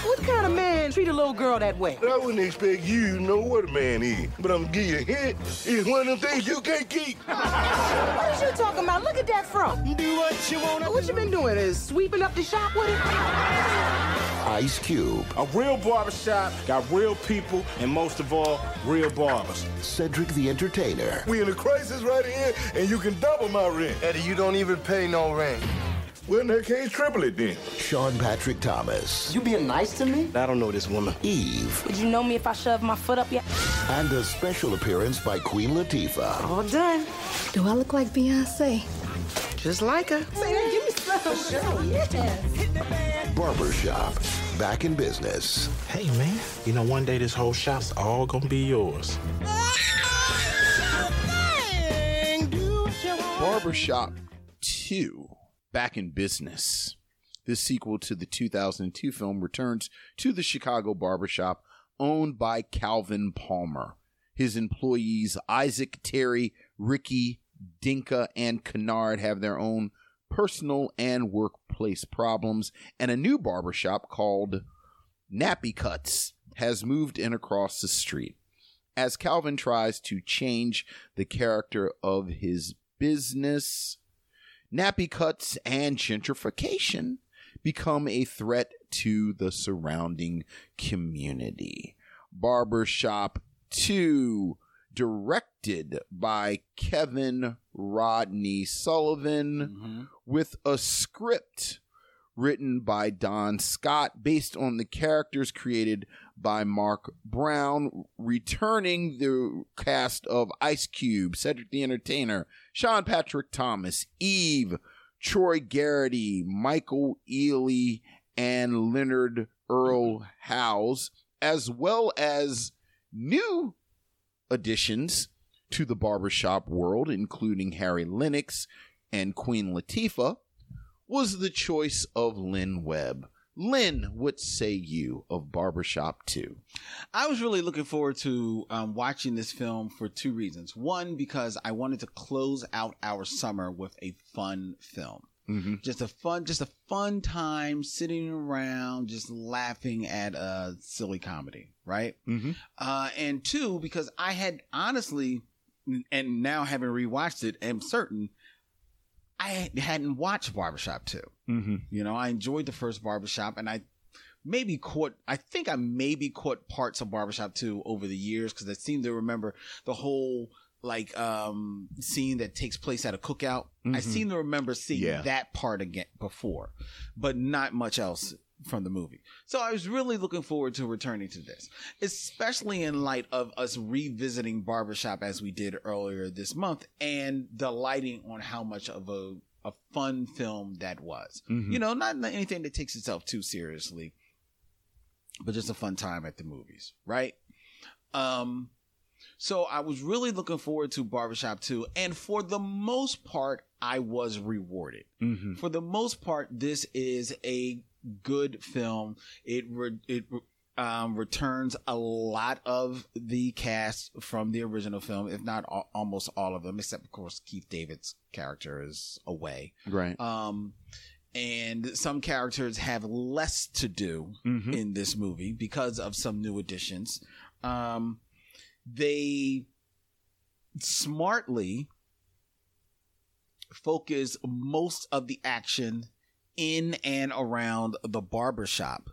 [SPEAKER 8] What kind of man treat a little girl that way?
[SPEAKER 6] I wouldn't expect you to know what a man is. But I'm giving you a hint. It's one of them things you can't keep.
[SPEAKER 8] What is you talking about? Look at that from.
[SPEAKER 6] Do what you want.
[SPEAKER 8] What you been doing is sweeping up the shop with it?
[SPEAKER 4] Ice Cube,
[SPEAKER 10] A real barbershop got real people and most of all, real barbers.
[SPEAKER 4] Cedric the Entertainer,
[SPEAKER 6] We in a crisis right here, and you can double my rent.
[SPEAKER 5] Eddie, you don't even pay no rent.
[SPEAKER 6] Well, in that case, triple it then.
[SPEAKER 4] Sean Patrick Thomas,
[SPEAKER 5] You being nice to me? I don't know this woman.
[SPEAKER 4] Eve,
[SPEAKER 9] Would you know me if I shoved my foot up your
[SPEAKER 4] and a special appearance by Queen Latifah.
[SPEAKER 8] All done.
[SPEAKER 9] Do I look like Beyonce?
[SPEAKER 8] Just like her. Say that, give me some.
[SPEAKER 4] Barbershop, back in business.
[SPEAKER 11] Hey man, you know one day this whole shop's all gonna be yours.
[SPEAKER 1] Barbershop 2 Back in Business. This sequel to the 2002 film returns to the Chicago barbershop owned by Calvin Palmer. His employees, Isaac, Terry, Ricky, Dinka, and Kennard, have their own personal and workplace problems, and a new barbershop called Nappy Cuts has moved in across the street as Calvin tries to change the character of his business, nappy cuts and gentrification become a threat to the surrounding community. Barbershop 2, directed by
[SPEAKER 2] Mm-hmm.
[SPEAKER 1] Kevin Rodney Sullivan, with a script written by Don Scott, based on the characters created by Mark Brown, returning the cast of Ice Cube, Cedric the Entertainer, Sean Patrick Thomas, Eve, Troy Garrity, Michael Ealy, and Leonard Earl Howes, as well as new additions to the barbershop world, including Harry Lennox and Queen Latifah, was the choice of Lynn Webb. Lynn, what say you of Barbershop 2?
[SPEAKER 2] I was really looking forward to um, watching this film for two reasons. One, because I wanted to close out our summer with a fun film.
[SPEAKER 1] Mm-hmm.
[SPEAKER 2] Just a fun, just a fun time sitting around, just laughing at a silly comedy, right?
[SPEAKER 1] Mm-hmm.
[SPEAKER 2] Uh, and two, because I had honestly, and now having rewatched it, am certain I hadn't watched Barbershop 2.
[SPEAKER 1] Mm-hmm.
[SPEAKER 2] You know, I enjoyed the first Barbershop and I maybe caught, I think I maybe caught parts of Barbershop 2 over the years because I seem to remember the whole like um scene that takes place at a cookout. I
[SPEAKER 1] Mhm.
[SPEAKER 2] seem to remember seeing
[SPEAKER 1] Yeah.
[SPEAKER 2] that part again before, but not much else from the movie. So I was really looking forward to returning to this, especially in light of us revisiting Barbershop as we did earlier this month and delighting on how much of a, a fun film that was.
[SPEAKER 1] Mhm.
[SPEAKER 2] You know, not anything that takes itself too seriously, but just a fun time at the movies, right? Um, so I was really looking forward to Barbershop 2, and for the most part, I was rewarded.
[SPEAKER 1] Mm-hmm.
[SPEAKER 2] For the most part, this is a good film. It re- it um, returns a lot of the cast from the original film, if not al- almost all of them, except of course Keith David's character is away.
[SPEAKER 1] Right.
[SPEAKER 2] Um, and some characters have less to do
[SPEAKER 1] Mm-hmm. Hmm. Uh,
[SPEAKER 2] in this movie because of some new additions. Um, they smartly focus most of the action in and around the barbershop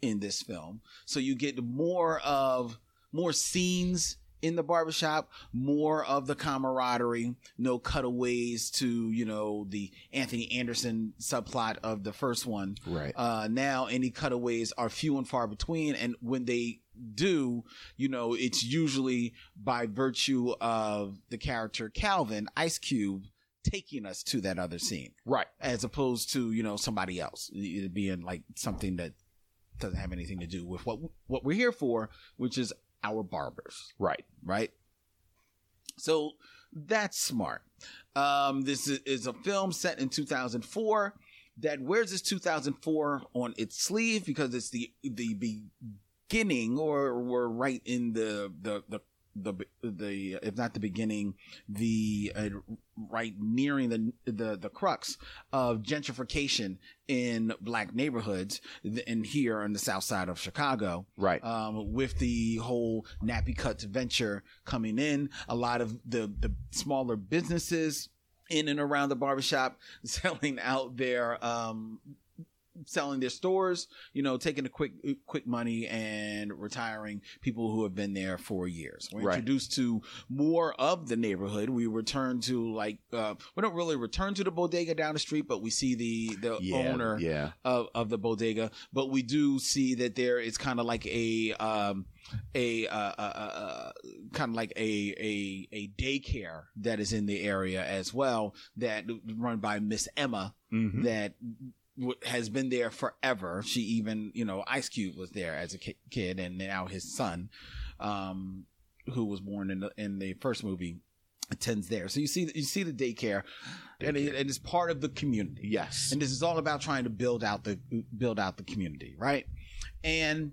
[SPEAKER 2] in this film. So you get more of more scenes in the barbershop, more of the camaraderie, no cutaways to, you know, the Anthony Anderson subplot of the first one.
[SPEAKER 1] Right.
[SPEAKER 2] Uh, now any cutaways are few and far between. And when they do, you know, it's usually by virtue of the character Calvin, Ice Cube, taking us to that other scene
[SPEAKER 1] Right.
[SPEAKER 2] as opposed to you know somebody else it being like something that doesn't have anything to do with what what we're here for which is our barbers
[SPEAKER 1] Right.
[SPEAKER 2] right so that's smart um this is, is a film set in 2004 that wears its 2004 on its sleeve because it's the the beginning or we're right in the the the the, the if not the beginning the uh, right nearing the the the crux of gentrification in black neighborhoods th- and here on the south side of Chicago
[SPEAKER 1] Right.
[SPEAKER 2] um, with the whole nappy cuts venture coming in a lot of the the smaller businesses in and around the barbershop selling out their um selling their stores, you know, taking the quick quick money and retiring people who have been there for years. We're
[SPEAKER 1] Right.
[SPEAKER 2] introduced to more of the neighborhood. We return to like uh, we don't really return to the bodega down the street, but we see the the
[SPEAKER 1] Yeah,
[SPEAKER 2] owner
[SPEAKER 1] yeah.
[SPEAKER 2] of of the bodega. But we do see that there is kind of like a um a uh, uh, uh, kind of like a a a daycare that is in the area as well that run by Miss Emma
[SPEAKER 1] Mhm.
[SPEAKER 2] that w- has been there forever. She even, you know, Ice Cube was there as a ki- kid, and now his son, um, who was born in the in the first movie, attends there. So you see, you see the daycare, and it, and it's part of the community.
[SPEAKER 1] Yes.
[SPEAKER 2] and this is all about trying to build out the build out the community, right? And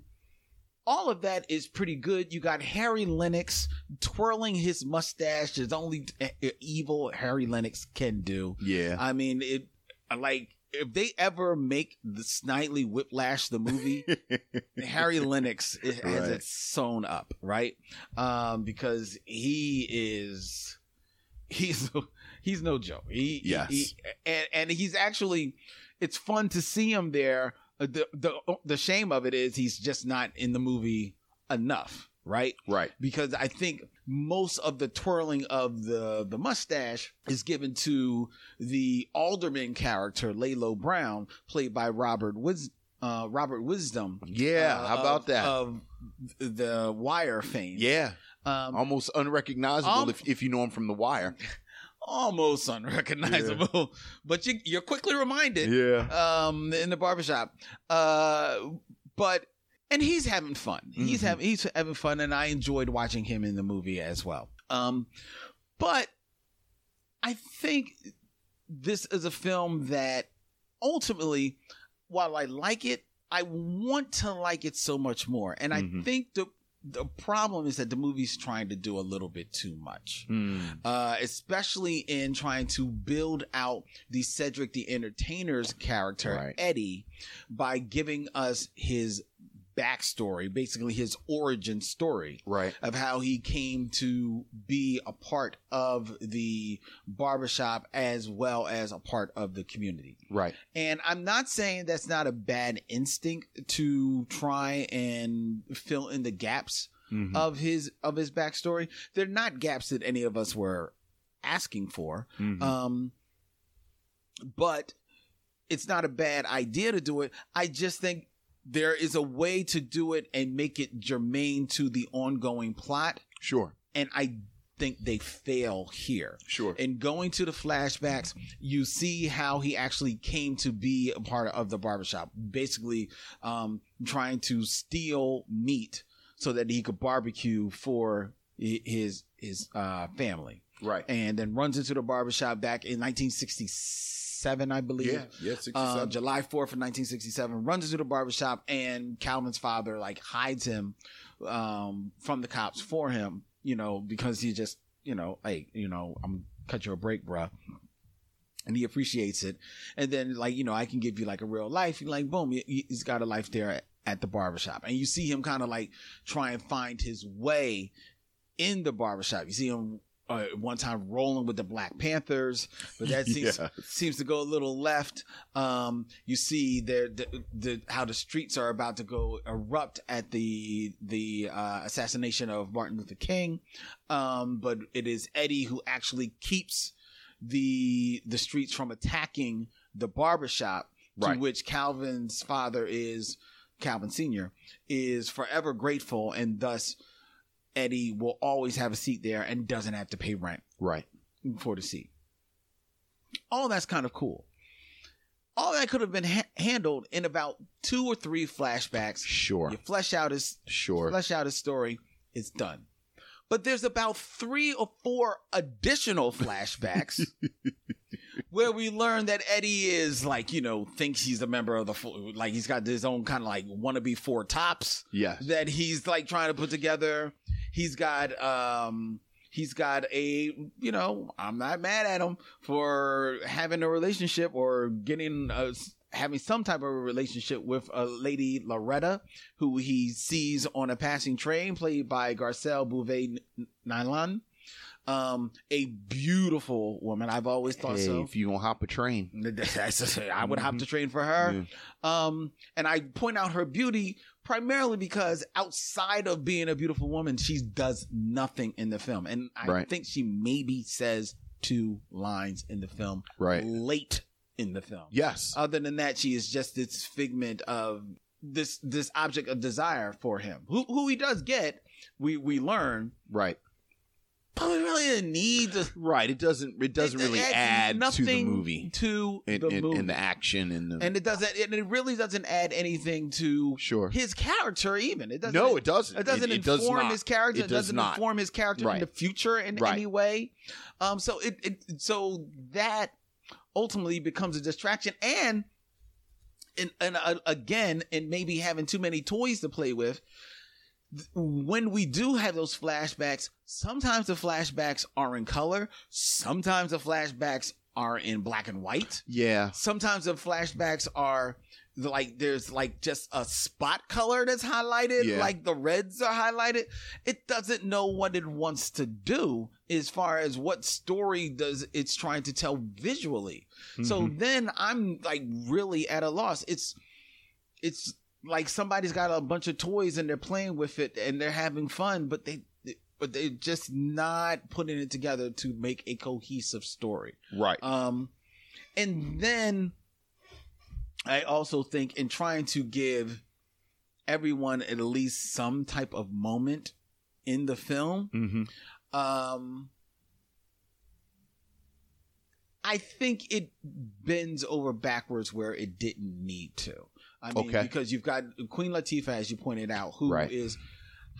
[SPEAKER 2] all of that is pretty good. You got Harry Lennox twirling his mustache, is only eh, eh, evil Harry Lennox can do.
[SPEAKER 1] Yeah.
[SPEAKER 2] I mean, it like if they ever make the Snidely Whiplash the movie, Harry Lennox i- has
[SPEAKER 1] Right.
[SPEAKER 2] it sewn up, right? Um, because he is he's he's no joke. He, he-
[SPEAKER 1] Yes.
[SPEAKER 2] he- and and he's actually it's fun to see him there. Uh, The the the shame of it is he's just not in the movie enough. right?
[SPEAKER 1] Right.
[SPEAKER 2] Because I think most of the twirling of the the mustache is given to the alderman character Lalo Brown, played by Robert Wis- uh, Robert Wisdom.
[SPEAKER 1] Yeah,
[SPEAKER 2] uh,
[SPEAKER 1] how about
[SPEAKER 2] of-
[SPEAKER 1] that?
[SPEAKER 2] Of the Wire fame.
[SPEAKER 1] Yeah.
[SPEAKER 2] Um,
[SPEAKER 1] Almost unrecognizable
[SPEAKER 2] um,
[SPEAKER 1] if, if you know him from The Wire.
[SPEAKER 2] almost unrecognizable, but you, you're quickly reminded.
[SPEAKER 1] Yeah.
[SPEAKER 2] Um, in the barbershop. Uh, but and he's having fun. He's having he's having fun, and I enjoyed watching him in the movie as well. Um, but I think this is a film that ultimately, while I like it, I want to like it so much more, and I think the the problem is that the movie's trying to do a little bit too much
[SPEAKER 1] Hmm.
[SPEAKER 2] uh, especially in trying to build out the Cedric the Entertainer's character,
[SPEAKER 1] Right.
[SPEAKER 2] Eddie, by giving us his backstory, basically his origin story
[SPEAKER 1] Right.
[SPEAKER 2] of how he came to be a part of the barbershop as well as a part of the community.
[SPEAKER 1] Right.
[SPEAKER 2] And I'm not saying that's not a bad instinct to try and fill in the gaps
[SPEAKER 1] Mm-hmm. Uh,
[SPEAKER 2] of his of his backstory. They're not gaps that any of us were asking for.
[SPEAKER 1] Mm-hmm. uh,
[SPEAKER 2] Um, but it's not a bad idea to do it. I just think there is a way to do it and make it germane to the ongoing plot.
[SPEAKER 1] Sure.
[SPEAKER 2] And I think they fail here.
[SPEAKER 1] Sure.
[SPEAKER 2] And going to the flashbacks, you see how he actually came to be a part of the barbershop, basically um, trying to steal meat so that he could barbecue for hi- his his uh, family.
[SPEAKER 1] Right.
[SPEAKER 2] And then runs into the barbershop back in 1967, I believe.
[SPEAKER 1] Yeah, yeah, 67.
[SPEAKER 2] Uh, July 4th of 1967, runs into the barbershop and Calvin's father like hides him um, from the cops for him, you know, because he just, you know, hey, you know, I'm cut you a break, bruh. And he appreciates it. And then like, you know, I can give you like a real life. And like, boom, he- he's got a life there at, at the barbershop. And you see him kind of like try and find his way in the barbershop. You see him uh, one time rolling with the Black Panthers, but that seems
[SPEAKER 1] Yes.
[SPEAKER 2] seems to go a little left. Um, you see there the, the how the streets are about to go erupt at the the uh, assassination of Martin Luther King, um, but it is Eddie who actually keeps the the streets from attacking the barbershop
[SPEAKER 1] Right.
[SPEAKER 2] to which Calvin's father is Calvin Sr. is forever grateful and thus Eddie will always have a seat there and doesn't have to pay rent
[SPEAKER 1] Right.
[SPEAKER 2] for the seat. All that's kind of cool. All that could have been ha- handled in about two or three flashbacks.
[SPEAKER 1] Sure.
[SPEAKER 2] You flesh out his
[SPEAKER 1] Sure.
[SPEAKER 2] flesh out his story. It's done. But there's about three or four additional flashbacks where we learn that Eddie is like you know thinks he's a member of the fo- like he's got his own kind of like wannabe four tops
[SPEAKER 1] Yes.
[SPEAKER 2] that he's like trying to put together. He's got um he's got a you know I'm not mad at him for having a relationship or getting a, having some type of a relationship with a lady Loretta who he sees on a passing train played by Garcelle Bouvet Nylon. Um, a beautiful woman. I've always thought
[SPEAKER 1] Hey,
[SPEAKER 2] so.
[SPEAKER 1] if you gonna hop a train.
[SPEAKER 2] That's- I would hop the train for her. Um, and I point out her beauty primarily because outside of being a beautiful woman, she does nothing in the film. And I
[SPEAKER 1] Right.
[SPEAKER 2] think she maybe says two lines in the film
[SPEAKER 1] Right.
[SPEAKER 2] late in the film.
[SPEAKER 1] Yes.
[SPEAKER 2] Other than that, she is just this figment of this this object of desire for him. Who who he does get, we we learn,
[SPEAKER 1] right.
[SPEAKER 2] but we really didn't need to
[SPEAKER 1] Right. It doesn't it doesn't
[SPEAKER 2] it
[SPEAKER 1] really
[SPEAKER 2] adds
[SPEAKER 1] add to the
[SPEAKER 2] nothing
[SPEAKER 1] movie.
[SPEAKER 2] To
[SPEAKER 1] In,
[SPEAKER 2] the
[SPEAKER 1] in,
[SPEAKER 2] movie
[SPEAKER 1] in the action and the
[SPEAKER 2] and it doesn't and it really doesn't add anything to
[SPEAKER 1] Sure.
[SPEAKER 2] his character even it doesn't
[SPEAKER 1] No, it doesn't.
[SPEAKER 2] it doesn't
[SPEAKER 1] It- it does
[SPEAKER 2] inform
[SPEAKER 1] not.
[SPEAKER 2] his character
[SPEAKER 1] It
[SPEAKER 2] it,
[SPEAKER 1] does
[SPEAKER 2] doesn't
[SPEAKER 1] not.
[SPEAKER 2] inform his character
[SPEAKER 1] Right.
[SPEAKER 2] in the future in
[SPEAKER 1] Right.
[SPEAKER 2] any way um so it, it so that ultimately becomes a distraction and and, and uh, again and maybe having too many toys to play with th- when we do have those flashbacks sometimes the flashbacks are in color sometimes the flashbacks are in black and white
[SPEAKER 1] Yeah.
[SPEAKER 2] sometimes the flashbacks are like there's like just a spot color that's highlighted
[SPEAKER 1] Yeah.
[SPEAKER 2] like the reds are highlighted it doesn't know what it wants to do as far as what story does it's trying to tell
[SPEAKER 1] Mm-hmm.
[SPEAKER 2] visually so then i'm like really at a loss it's it's like somebody's got a bunch of toys and they're playing with it and they're having fun, but they but they're just not putting it together to make a cohesive story.
[SPEAKER 1] Right.
[SPEAKER 2] Um, and then I also think in trying to give everyone at least some type of moment in the film,
[SPEAKER 1] Mm-hmm.
[SPEAKER 2] um, I think it bends over backwards where it didn't need to. I mean,
[SPEAKER 1] Okay.
[SPEAKER 2] because you've got Queen Latifah, as you pointed out, who is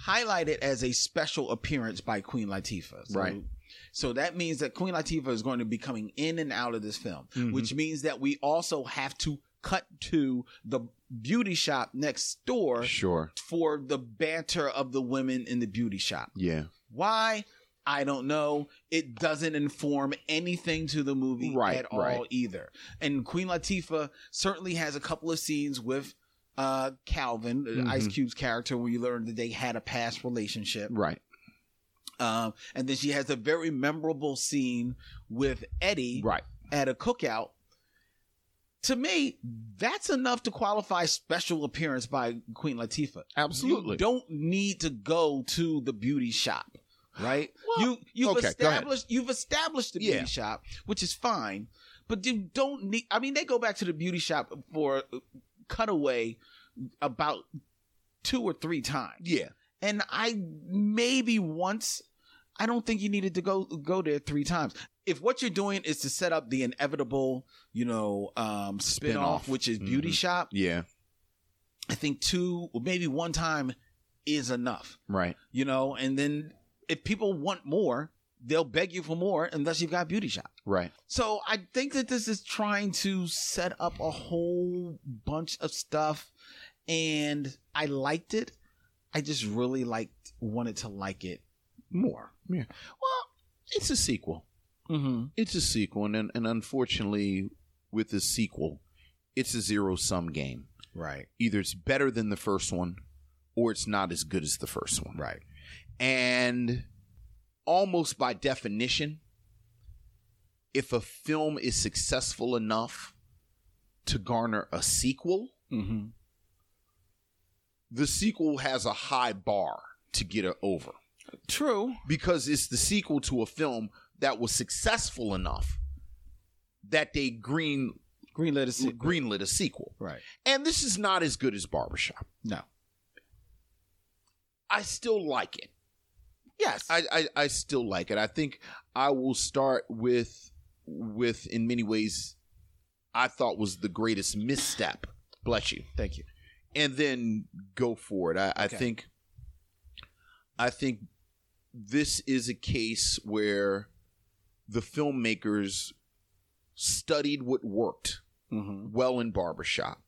[SPEAKER 1] Right.
[SPEAKER 2] highlighted as a special appearance by Queen Latifah. So,
[SPEAKER 1] Right.
[SPEAKER 2] So that means that Queen Latifah is going to be coming in and out of this film,
[SPEAKER 1] Mhm.
[SPEAKER 2] which means that we also have to cut to the beauty shop next
[SPEAKER 1] uh,
[SPEAKER 2] door
[SPEAKER 1] Sure.
[SPEAKER 2] for the banter of the women in the beauty shop.
[SPEAKER 1] Yeah.
[SPEAKER 2] Why? I don't know. It doesn't inform anything to the movie
[SPEAKER 1] Right,
[SPEAKER 2] at all
[SPEAKER 1] right.
[SPEAKER 2] either. And Queen Latifah certainly has a couple of scenes with uh, Calvin, Ice
[SPEAKER 1] Mhm.
[SPEAKER 2] Cube's character, where you learn that they had a past relationship.
[SPEAKER 1] Right.
[SPEAKER 2] Um, and then she has a very memorable scene with Eddie
[SPEAKER 1] Right.
[SPEAKER 2] at a cookout. To me, that's enough to qualify special appearance by Queen Latifah.
[SPEAKER 1] Absolutely.
[SPEAKER 2] You don't need to go to the beauty shop, right? you you've
[SPEAKER 1] okay, go ahead.
[SPEAKER 2] established you've established the beauty
[SPEAKER 1] Yeah.
[SPEAKER 2] shop, which is fine, but you don't need. I mean, they go back to the beauty shop for cutaway about two or three times.
[SPEAKER 1] Yeah.
[SPEAKER 2] And I maybe once I don't think you needed to go go there three times. If what you're doing is to set up the inevitable, you know, um spin-off, Mm-hmm.
[SPEAKER 1] Spin-off.
[SPEAKER 2] which is beauty
[SPEAKER 1] Mhm.
[SPEAKER 2] shop,
[SPEAKER 1] Yeah.
[SPEAKER 2] I think two or maybe one time is enough.
[SPEAKER 1] Right.
[SPEAKER 2] You know, and then if people want more, they'll beg you for more unless you've got beauty shop.
[SPEAKER 1] Right.
[SPEAKER 2] So I think that this is trying to set up a whole bunch of stuff, and I liked it. I just really liked wanted to like it more.
[SPEAKER 1] Yeah. Well, it's a sequel.
[SPEAKER 2] Mm-hmm.
[SPEAKER 1] It's a sequel, and and unfortunately, with the sequel, it's a zero sum game.
[SPEAKER 2] Right.
[SPEAKER 1] Either it's better than the first one, or it's not as good as the first one.
[SPEAKER 2] Right.
[SPEAKER 1] And almost by definition, if a film is successful enough to garner a sequel,
[SPEAKER 2] Mm-hmm.
[SPEAKER 1] the sequel has a high bar to get it over
[SPEAKER 2] True.
[SPEAKER 1] because it's the sequel to a film that was successful enough that they green
[SPEAKER 2] Greenlit is
[SPEAKER 1] greenlit a sequel.
[SPEAKER 2] Right.
[SPEAKER 1] And this is not as good as Barbershop.
[SPEAKER 2] No.
[SPEAKER 1] I still like it.
[SPEAKER 2] Yes.
[SPEAKER 1] I, I, I still like it. I think I will start with with in many ways I thought was the greatest misstep. Bless you.
[SPEAKER 2] Thank you.
[SPEAKER 1] And then go for it. I, I
[SPEAKER 2] Okay.
[SPEAKER 1] think I think this is a case where the filmmakers studied what worked
[SPEAKER 2] Mm-hmm.
[SPEAKER 1] well in barbershop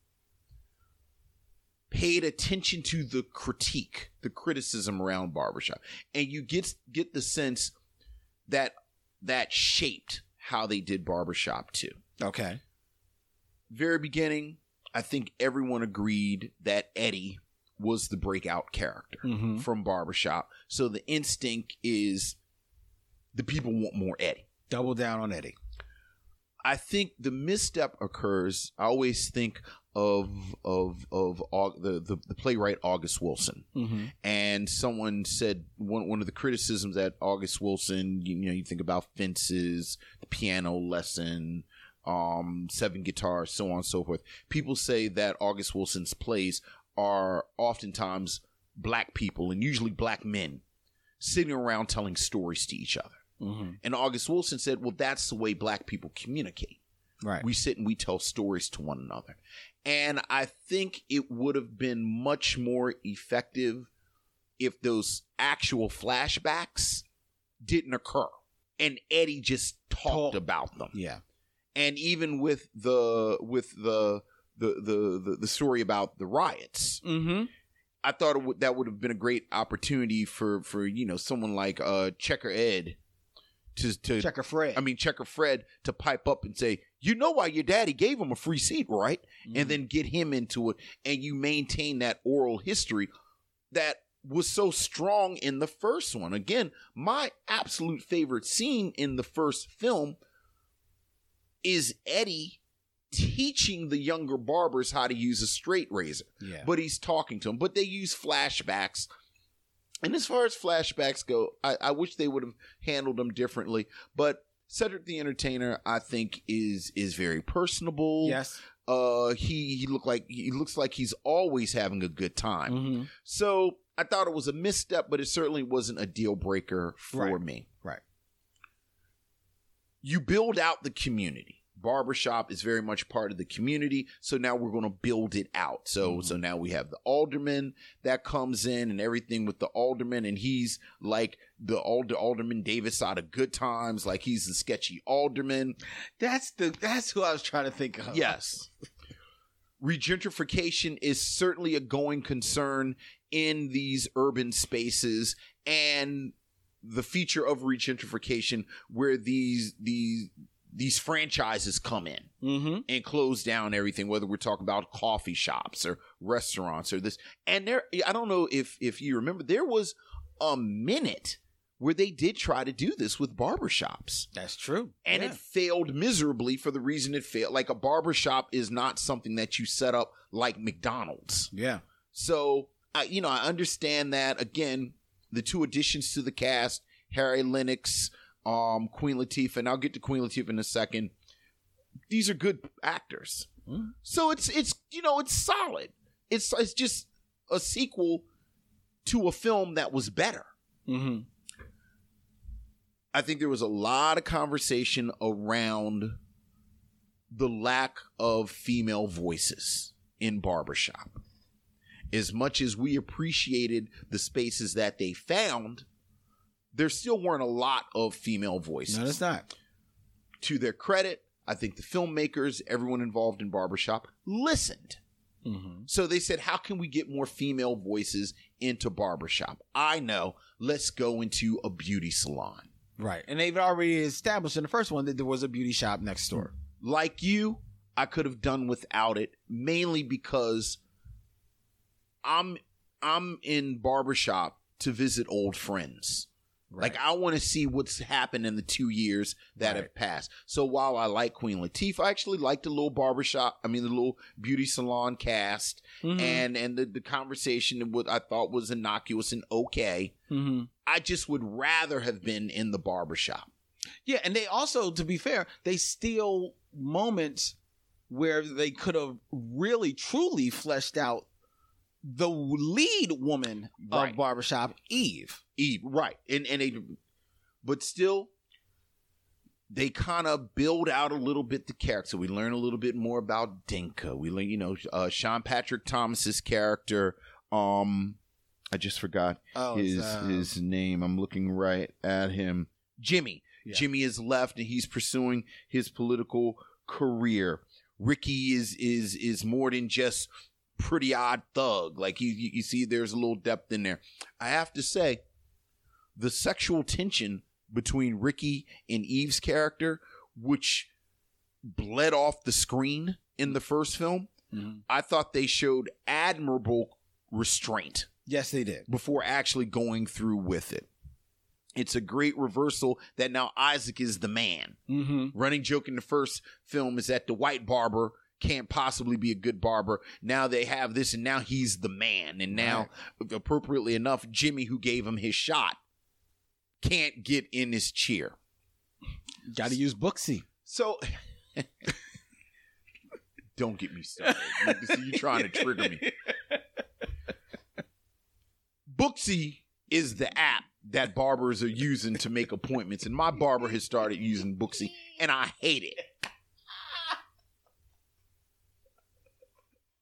[SPEAKER 1] paid attention to the critique the criticism around barbershop and you get get the sense that that shaped how they did barbershop too
[SPEAKER 2] Okay.
[SPEAKER 1] very beginning i think everyone agreed that eddie was the breakout character
[SPEAKER 2] Mm-hmm.
[SPEAKER 1] from barbershop so the instinct is the people want more eddie
[SPEAKER 2] Double down on Eddie.
[SPEAKER 1] I think the misstep occurs. I always think of of of Au- the, the the playwright August Wilson,
[SPEAKER 2] Mm-hmm.
[SPEAKER 1] and someone said one one of the criticisms that August Wilson. You, you know, you think about fences, the piano lesson, um, seven guitars, so on and so forth. People say that August Wilson's plays are oftentimes black people and usually black men sitting around telling stories to each other.
[SPEAKER 2] Mm-hmm.
[SPEAKER 1] And August Wilson said, well, that's the way black people communicate.
[SPEAKER 2] Right.
[SPEAKER 1] We sit and we tell stories to one another. And I think it would have been much more effective if those actual flashbacks didn't occur and Eddie just talked
[SPEAKER 2] Talk-
[SPEAKER 1] about them.
[SPEAKER 2] yeah.
[SPEAKER 1] And even with the with the the the the, the story about the riots,
[SPEAKER 2] Mm-hmm.
[SPEAKER 1] I thought it would that would have been a great opportunity for for you know someone like uh Checker Ed to to
[SPEAKER 2] Checker Fred.
[SPEAKER 1] I mean, Checker Fred to pipe up and say, you know why your daddy gave him a free seat, right? And then get him into it. And you maintain that oral history that was so strong in the first one. Again, my absolute favorite scene in the first film is Eddie teaching the younger barbers how to use a straight razor.
[SPEAKER 2] Yeah.
[SPEAKER 1] But he's talking to them. But they use flashbacks. And as far as flashbacks go, I, I wish they would have handled them differently. But Cedric the Entertainer, I think, is is very personable.
[SPEAKER 2] Yes.
[SPEAKER 1] Uh, he, he looked like he looks like he's always having a good time.
[SPEAKER 2] Mm-hmm.
[SPEAKER 1] So I thought it was a misstep, but it certainly wasn't a deal breaker for
[SPEAKER 2] Right.
[SPEAKER 1] me.
[SPEAKER 2] Right.
[SPEAKER 1] You build out the community. Barbershop is very much part of the community. So now we're going to build it out. So
[SPEAKER 2] Mm-hmm.
[SPEAKER 1] so now we have the alderman that comes in and everything with the alderman, and he's like the alder alderman Davis out of good times, like he's the sketchy alderman.
[SPEAKER 2] That's the that's who I was trying to think of.
[SPEAKER 1] Yes. Regentrification is certainly a going concern in these urban spaces and the feature of regentrification where these these these franchises come in
[SPEAKER 2] Mm-hmm.
[SPEAKER 1] and close down everything whether we're talking about coffee shops or restaurants or this and there i don't know if if you remember there was a minute where they did try to do this with barbershops
[SPEAKER 2] That's true.
[SPEAKER 1] and it failed miserably for the reason it failed like a barbershop is not something that you set up like mcdonald's
[SPEAKER 2] Yeah.
[SPEAKER 1] so I, you know, I understand that. Again, the two additions to the cast, Harry Lennox, um, Queen Latifah, and I'll get to Queen Latifah in a second. These are good actors, so it's it's you know it's solid. It's it's just a sequel to a film that was better.
[SPEAKER 2] Mm-hmm.
[SPEAKER 1] I think there was a lot of conversation around the lack of female voices in barbershop. As much as we appreciated the spaces that they found, there still weren't a lot of female voices.
[SPEAKER 2] No, that's not.
[SPEAKER 1] to their credit, I think the filmmakers, everyone involved in barbershop, listened.
[SPEAKER 2] Mm-hmm.
[SPEAKER 1] So they said, how can we get more female voices into barbershop? I know. Let's go into a beauty salon.
[SPEAKER 2] Right. And they've already established in the first one that there was a beauty shop next door.
[SPEAKER 1] like you, I could have done without it, mainly because I'm I'm in barbershop to visit old friends. Like I want to see what's happened in the two years that have passed. So while I like Queen Latifah, I actually like the little barbershop. I mean, the little beauty salon cast,
[SPEAKER 2] Mm-hmm.
[SPEAKER 1] and and the, the conversation what I thought was innocuous and okay.
[SPEAKER 2] Mm-hmm.
[SPEAKER 1] I just would rather have been in the barbershop.
[SPEAKER 2] Yeah, and they also, to be fair, they steal moments where they could have really truly fleshed out the lead woman
[SPEAKER 1] Right.
[SPEAKER 2] of barbershop, Eve.
[SPEAKER 1] Eve, right? And and they, but still, they kind of build out a little bit the character. We learn a little bit more about Dinka. We learn, you know, uh, Sean Patrick Thomas's character. Um, I just forgot
[SPEAKER 2] Oh, it's,
[SPEAKER 1] his
[SPEAKER 2] uh,
[SPEAKER 1] his name. I'm looking right at him. Jimmy.
[SPEAKER 2] Yeah.
[SPEAKER 1] Jimmy is left, and he's pursuing his political career. Ricky is is is more than just pretty odd thug. Like you you you see, there's a little depth in there. I have to say, the sexual tension between Ricky and Eve's character, which bled off the screen in the first film, I thought they showed admirable restraint
[SPEAKER 2] Yes, they did.
[SPEAKER 1] before actually going through with it. It's a great reversal that now Isaac is the man.
[SPEAKER 2] Mm-hmm.
[SPEAKER 1] Running joke in the first film is that the white barber can't possibly be a good barber. Now they have this, and now he's the man. And now, appropriately enough, Jimmy, who gave him his shot, can't get in his chair.
[SPEAKER 2] Got to use Booksy.
[SPEAKER 1] So don't get me started. You see, you're trying to trigger me. Booksy is the app that barbers are using to make appointments, and my barber has started using Booksy, and I hate it.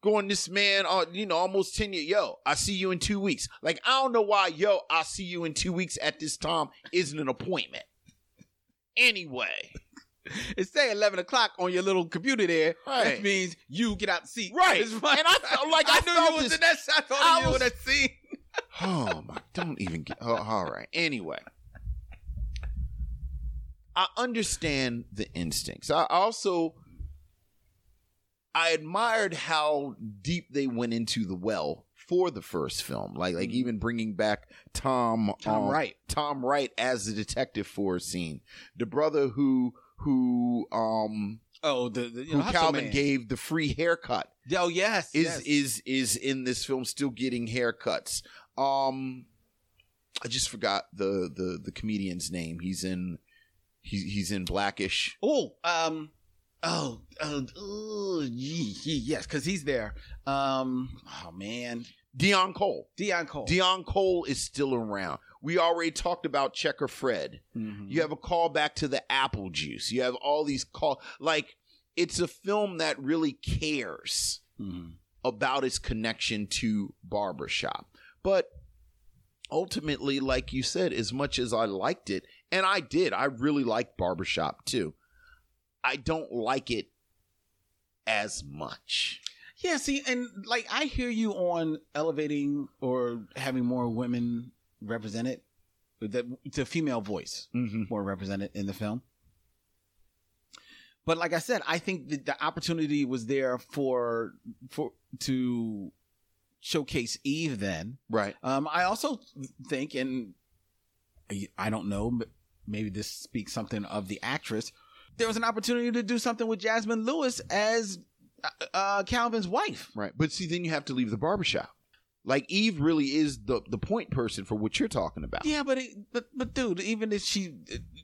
[SPEAKER 1] Going, this man, uh, you know, almost ten year. Yo, I see you in two weeks. Like I don't know why. Yo, I see you in two weeks at this time isn't an appointment. Anyway.
[SPEAKER 2] It's say 11 o'clock on your little computer there.
[SPEAKER 1] Right.
[SPEAKER 2] That means you get out the seat.
[SPEAKER 1] Right.
[SPEAKER 2] It's fine.
[SPEAKER 1] And I felt like I
[SPEAKER 2] knew
[SPEAKER 1] felt
[SPEAKER 2] you was
[SPEAKER 1] this-
[SPEAKER 2] in that shot. I told
[SPEAKER 1] I
[SPEAKER 2] you
[SPEAKER 1] was-
[SPEAKER 2] was... that scene.
[SPEAKER 1] Oh my! Don't even get. Oh, all right. Anyway, I understand the instincts. I also I admired how deep they went into the well for the first film. Like like even bringing back Tom
[SPEAKER 2] Mm-hmm.
[SPEAKER 1] uh,
[SPEAKER 2] Tom Wright.
[SPEAKER 1] Tom Wright as the detective for a scene. The brother who who um
[SPEAKER 2] Oh, the, the you
[SPEAKER 1] who
[SPEAKER 2] know, Hustle
[SPEAKER 1] Calvin
[SPEAKER 2] Man.
[SPEAKER 1] gave the free haircut.
[SPEAKER 2] Oh yes,
[SPEAKER 1] is
[SPEAKER 2] yes.
[SPEAKER 1] is is in this film still getting haircuts. Um, I just forgot the the the comedian's name. He's in he's he's in Blackish.
[SPEAKER 2] Oh, um, oh, oh, ooh, ye- ye- yes, because he's there. Um, oh man,
[SPEAKER 1] Dion Cole.
[SPEAKER 2] Dion Cole.
[SPEAKER 1] Dion Cole is still around. We already talked about Checker Fred.
[SPEAKER 2] Mm-hmm.
[SPEAKER 1] You have a callback to the apple juice. You have all these call like it's a film that really cares
[SPEAKER 2] Mm-hmm.
[SPEAKER 1] about its connection to barbershop. But ultimately, like you said, as much as I liked it, and I did, I really liked barbershop too. I don't like it as much.
[SPEAKER 2] Yeah, see, and like I hear you on elevating or having more women represented, the, the female voice more represented in the film. But like I said, I think that the opportunity was there for for to showcase Eve. Then,
[SPEAKER 1] Right.
[SPEAKER 2] um, I also think, and I- I don't know, but maybe this speaks something of the actress. There was an opportunity to do something with Jasmine Lewis as uh, uh, Calvin's wife.
[SPEAKER 1] Right. But see, then you have to leave the barbershop. Like Eve really is the the point person for what you're talking about.
[SPEAKER 2] Yeah, but it, but but dude, even if she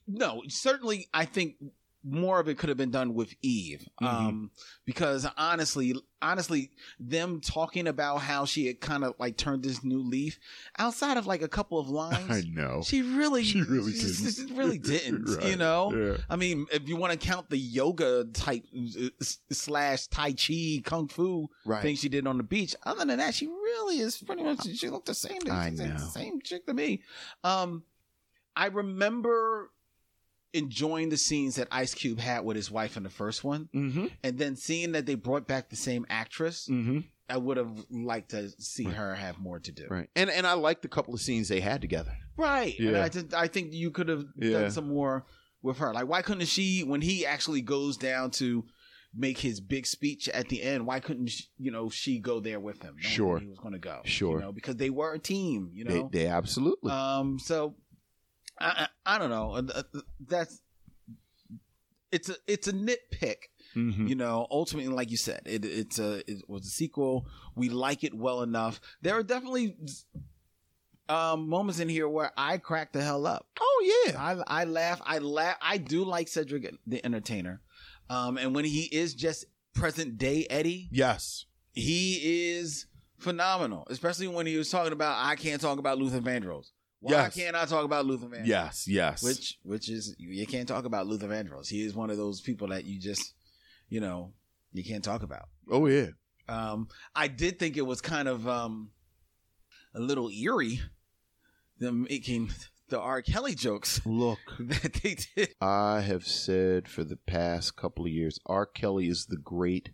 [SPEAKER 2] no, certainly I think more of it could have been done with Eve.
[SPEAKER 3] Mm-hmm.
[SPEAKER 2] Um because honestly, honestly them talking about how she had kind of like turned this new leaf outside of like a couple of lines.
[SPEAKER 3] I know.
[SPEAKER 2] She really she
[SPEAKER 3] really
[SPEAKER 2] she
[SPEAKER 3] didn't.
[SPEAKER 2] really didn't, you
[SPEAKER 3] Right,
[SPEAKER 2] know?
[SPEAKER 3] yeah.
[SPEAKER 2] I mean, if you want to count the yoga type uh, s- slash tai chi kung fu
[SPEAKER 1] Right.
[SPEAKER 2] thing she did on the beach, other than that she really is pretty much she looked the same to
[SPEAKER 1] I
[SPEAKER 2] she's
[SPEAKER 1] know.
[SPEAKER 2] the same chick to me. Um, I remember enjoying the scenes that Ice Cube had with his wife in the first one,
[SPEAKER 1] Mm-hmm.
[SPEAKER 2] and then seeing that they brought back the same actress.
[SPEAKER 1] Mm-hmm.
[SPEAKER 2] I would have liked to see her have more to do.
[SPEAKER 1] Right. And and I liked the couple of scenes they had together.
[SPEAKER 2] Right. And
[SPEAKER 1] Yeah.
[SPEAKER 2] I, just, I think you could have
[SPEAKER 1] Yeah.
[SPEAKER 2] done some more with her. Like, why couldn't she, when he actually goes down to make his big speech at the end, why couldn't, she, you know, she go there with him? knowing
[SPEAKER 1] Sure.
[SPEAKER 2] He was going to go.
[SPEAKER 1] Sure.
[SPEAKER 2] You know, because they were a team, you know?
[SPEAKER 1] They, they absolutely.
[SPEAKER 2] Um, so I, I I don't know. Uh, uh, That's it's a it's a nitpick.
[SPEAKER 1] Mm-hmm. Mm.
[SPEAKER 2] You know, ultimately, like you said, it it's a it was a sequel. We like it well enough. There are definitely um moments in here where I crack the hell up.
[SPEAKER 1] oh yeah.
[SPEAKER 2] I I laugh. I laugh. I do like Cedric the Entertainer. Um, and when he is just present day Eddie,
[SPEAKER 1] Yes.
[SPEAKER 2] he is phenomenal, especially when he was talking about I can't talk about Luther Vandross. Why
[SPEAKER 1] Yes.
[SPEAKER 2] can't I talk about Luther Vandross?
[SPEAKER 1] Yes, yes.
[SPEAKER 2] Which which is you, you can't talk about Luther Vandross. He is one of those people that you just you know you can't talk about.
[SPEAKER 1] Oh yeah.
[SPEAKER 2] Um, I did think it was kind of um, a little eerie them making the R. Kelly jokes
[SPEAKER 1] Look.
[SPEAKER 2] that they did.
[SPEAKER 1] I have said for the past couple of years, R. Kelly is the great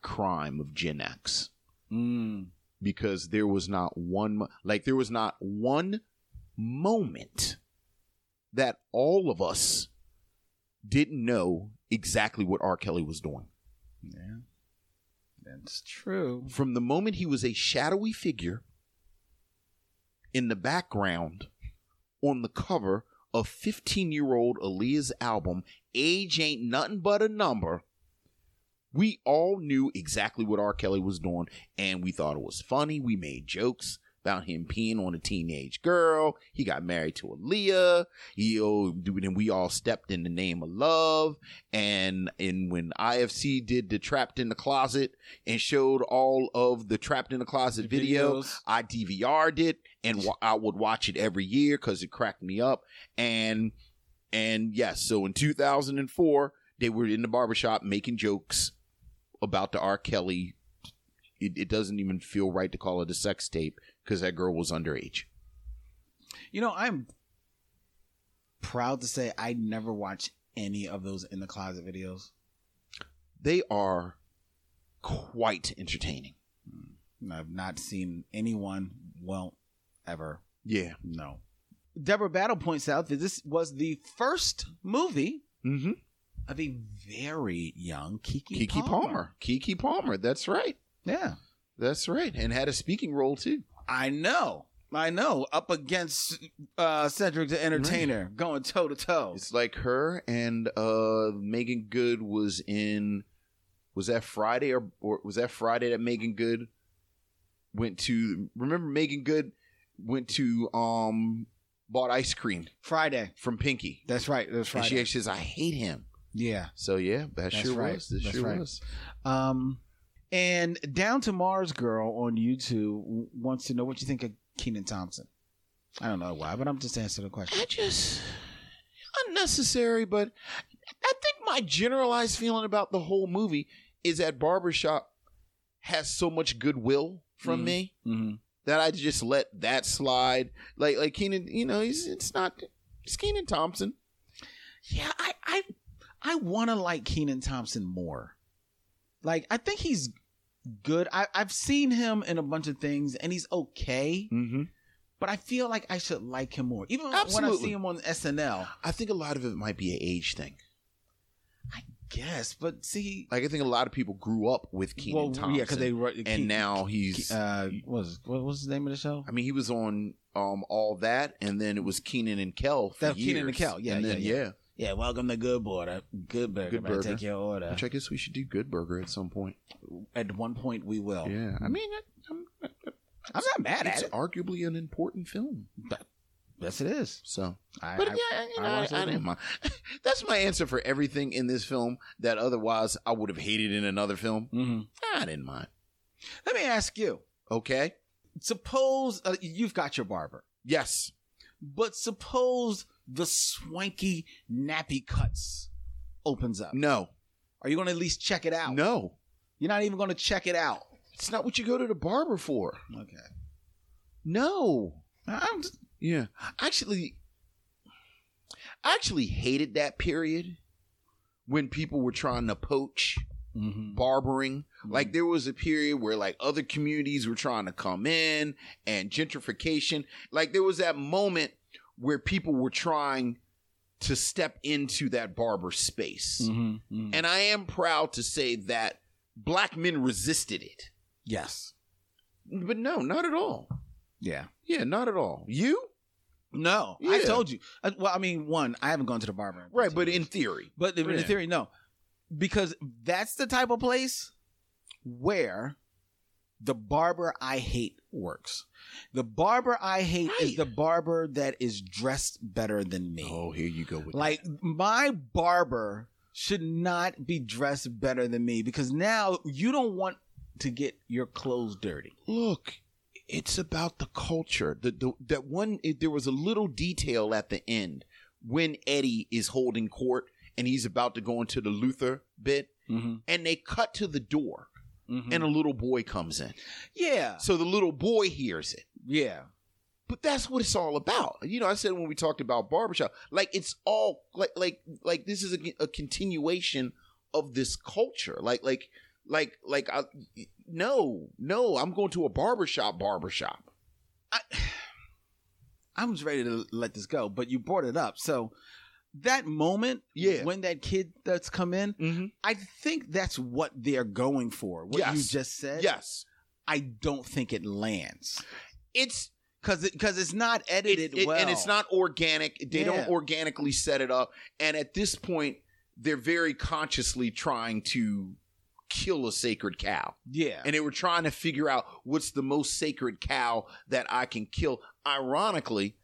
[SPEAKER 1] crime of Gen X.
[SPEAKER 2] Mm.
[SPEAKER 1] because there was not one mo- like there was not one moment that all of us didn't know exactly what R. Kelly was doing.
[SPEAKER 2] Yeah, that's true.
[SPEAKER 1] From the moment he was a shadowy figure in the background on the cover of 15 year old Aaliyah's album, Age Ain't Nothing But a Number, we all knew exactly what R. Kelly was doing, and we thought it was funny. We made jokes about him peeing on a teenage girl. He got married to Aaliyah. He, oh, dude, and we all stepped in the name of love. And and when IFC did the Trapped in the Closet and showed all of the Trapped in the Closet
[SPEAKER 2] The
[SPEAKER 1] video,
[SPEAKER 2] videos.
[SPEAKER 1] I DVR'd it, and wa- I would watch it every year because it cracked me up. And and yes, so in 2004, they were in the barbershop making jokes about the R. Kelly. It, it doesn't even feel right to call it a sex tape because that girl was underage.
[SPEAKER 2] You know, I'm proud to say I never watched any of those in the closet videos.
[SPEAKER 1] They are quite entertaining.
[SPEAKER 2] And I've not seen anyone well ever.
[SPEAKER 1] Yeah.
[SPEAKER 2] No. Deborah Battle points out that this was the first movie
[SPEAKER 1] Mm-hmm.
[SPEAKER 2] of a very young Kiki,
[SPEAKER 1] Kiki Palmer. Kiki Palmer. That's right.
[SPEAKER 2] Yeah.
[SPEAKER 1] That's right. And had a speaking role too.
[SPEAKER 2] I know. I know, up against uh, Cedric the Entertainer, going toe to toe.
[SPEAKER 1] It's like her and uh Megan Good was in was that Friday or, or was that Friday that Megan Good went to remember Megan Good went to um bought ice cream
[SPEAKER 2] Friday
[SPEAKER 1] from Pinky.
[SPEAKER 2] That's right. That's
[SPEAKER 1] And
[SPEAKER 2] Friday.
[SPEAKER 1] she actually says, I hate him.
[SPEAKER 2] yeah.
[SPEAKER 1] So yeah, that
[SPEAKER 2] That's
[SPEAKER 1] sure
[SPEAKER 2] right.
[SPEAKER 1] was. That
[SPEAKER 2] That's
[SPEAKER 1] sure
[SPEAKER 2] right.
[SPEAKER 1] was.
[SPEAKER 2] Um, and Down to Mars Girl on YouTube w- wants to know what you think of Keenan Thompson. I don't know why, but I'm just answering the question.
[SPEAKER 1] I just unnecessary, but I think my generalized feeling about the whole movie is that Barbershop has so much goodwill
[SPEAKER 2] Mm.
[SPEAKER 1] from me
[SPEAKER 2] Mm-hmm.
[SPEAKER 1] that I just let that slide. Like like Keenan, you know, he's it's not it's Keenan Thompson.
[SPEAKER 2] Yeah, I I, I want to like Keenan Thompson more. Like I think he's good. I I've seen him in a bunch of things, and he's okay.
[SPEAKER 1] Mm-hmm.
[SPEAKER 2] But I feel like I should like him more, even when I
[SPEAKER 1] Absolutely.
[SPEAKER 2] see him on SNL.
[SPEAKER 1] I think a lot of it might be an age thing.
[SPEAKER 2] Yes, but see,
[SPEAKER 1] Like I think a lot of people grew up with Keenan
[SPEAKER 2] Well, yeah, 'cause
[SPEAKER 1] Thompson.
[SPEAKER 2] they wrote- Ke-
[SPEAKER 1] and now he's.
[SPEAKER 2] uh, what was what was the name of the show?
[SPEAKER 1] I mean, he was on um all that, and then it was Keenan and Kel. For
[SPEAKER 2] That Keenan and
[SPEAKER 1] years.
[SPEAKER 2] Kel, yeah,
[SPEAKER 1] and
[SPEAKER 2] yeah,
[SPEAKER 1] then,
[SPEAKER 2] yeah. Yeah, welcome to Good Border. Good Burger.
[SPEAKER 1] Good
[SPEAKER 2] Good Burger.
[SPEAKER 1] Burger.
[SPEAKER 2] Take your order.
[SPEAKER 1] Which I guess we should do Good Burger at some point.
[SPEAKER 2] At one point, we will.
[SPEAKER 1] Yeah, I mean, I- I'm,
[SPEAKER 2] I'm not Oh. mad at
[SPEAKER 1] it's
[SPEAKER 2] it.
[SPEAKER 1] arguably an important film.
[SPEAKER 2] Yes, it is.
[SPEAKER 1] So,
[SPEAKER 2] I,
[SPEAKER 1] but
[SPEAKER 2] I-
[SPEAKER 1] yeah, you know, I,
[SPEAKER 2] watched it
[SPEAKER 1] I didn't
[SPEAKER 2] again.
[SPEAKER 1] mind. That's my answer for everything in this film that otherwise I would have hated in another film.
[SPEAKER 2] Mhm.
[SPEAKER 1] I didn't mind.
[SPEAKER 2] Let me ask you.
[SPEAKER 1] Okay.
[SPEAKER 2] Suppose uh, you've got your barber,
[SPEAKER 1] Yes.
[SPEAKER 2] but suppose the swanky nappy cuts opens up.
[SPEAKER 1] No.
[SPEAKER 2] Are you going to at least check it out?
[SPEAKER 1] No.
[SPEAKER 2] You're not even going to check it out.
[SPEAKER 1] It's not what you go to the barber for.
[SPEAKER 2] Okay.
[SPEAKER 1] No.
[SPEAKER 2] I'm just,
[SPEAKER 1] Yeah. Actually, I actually hated that period when people were trying to poach
[SPEAKER 2] Mm-hmm.
[SPEAKER 1] barbering. Like there was a period where like other communities were trying to come in and gentrification. Like there was that moment where people were trying to step into that barber space.
[SPEAKER 2] Mm-hmm.
[SPEAKER 1] And I am proud to say that black men resisted it.
[SPEAKER 2] Yes.
[SPEAKER 1] But no, not at all.
[SPEAKER 2] Yeah.
[SPEAKER 1] Yeah, not at all. You?
[SPEAKER 2] No, I
[SPEAKER 1] Yeah.
[SPEAKER 2] told you. Uh, well, I mean, one, I haven't gone to the barber. in
[SPEAKER 1] Right, but in theory.
[SPEAKER 2] But in
[SPEAKER 1] Yeah.
[SPEAKER 2] theory, no. Because that's the type of place where the barber I hate works. The barber I hate is the barber that is dressed better than me.
[SPEAKER 1] Oh, here you go with
[SPEAKER 2] like my barber should not be dressed better than me because now you don't want to get your clothes dirty.
[SPEAKER 1] look it's about the culture the, the that one it, there was a little detail at the end when eddie is holding court and he's about to go into the luther bit
[SPEAKER 2] Mm-hmm,
[SPEAKER 1] and they cut to the door and a little boy comes in
[SPEAKER 2] Yeah.
[SPEAKER 1] so the little boy hears it
[SPEAKER 2] Yeah.
[SPEAKER 1] but that's what it's all about you know i said when we talked about barbershop like it's all like like like this is a, a continuation of this culture like like like like I, no no i'm going to a barbershop barbershop
[SPEAKER 2] I'm just ready to let this go, but you brought it up. So that moment,
[SPEAKER 1] Yeah.
[SPEAKER 2] when that kid that's come in,
[SPEAKER 1] Mm-hmm.
[SPEAKER 2] I think that's what they're going for. What you
[SPEAKER 1] Yes.
[SPEAKER 2] just said,
[SPEAKER 1] Yes,
[SPEAKER 2] I don't think it lands
[SPEAKER 1] it's
[SPEAKER 2] because because it's not
[SPEAKER 1] it,
[SPEAKER 2] edited
[SPEAKER 1] it-
[SPEAKER 2] well,
[SPEAKER 1] and it's not organic. They
[SPEAKER 2] Yeah.
[SPEAKER 1] don't organically set it up, and at this point, they're very consciously trying to kill a sacred cow,
[SPEAKER 2] Yeah,
[SPEAKER 1] and they were trying to figure out what's the most sacred cow that I can kill, ironically,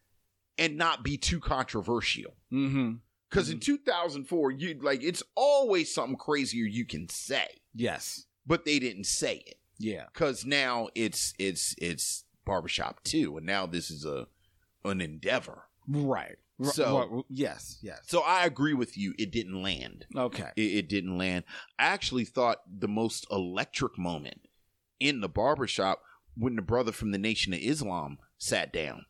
[SPEAKER 1] and not be too controversial.
[SPEAKER 2] mm-hmm.
[SPEAKER 1] Because in 2004, you like it's always something crazier you can say,
[SPEAKER 2] yes,
[SPEAKER 1] but they didn't say it.
[SPEAKER 2] yeah,
[SPEAKER 1] because now it's it's it's barbershop too and now this is a an endeavor
[SPEAKER 2] right. R-
[SPEAKER 1] So-
[SPEAKER 2] r- yes, yes,
[SPEAKER 1] so i agree with you it didn't land
[SPEAKER 2] okay,
[SPEAKER 1] it, it didn't land i actually thought the most electric moment in the barbershop when the brother from the nation of islam sat down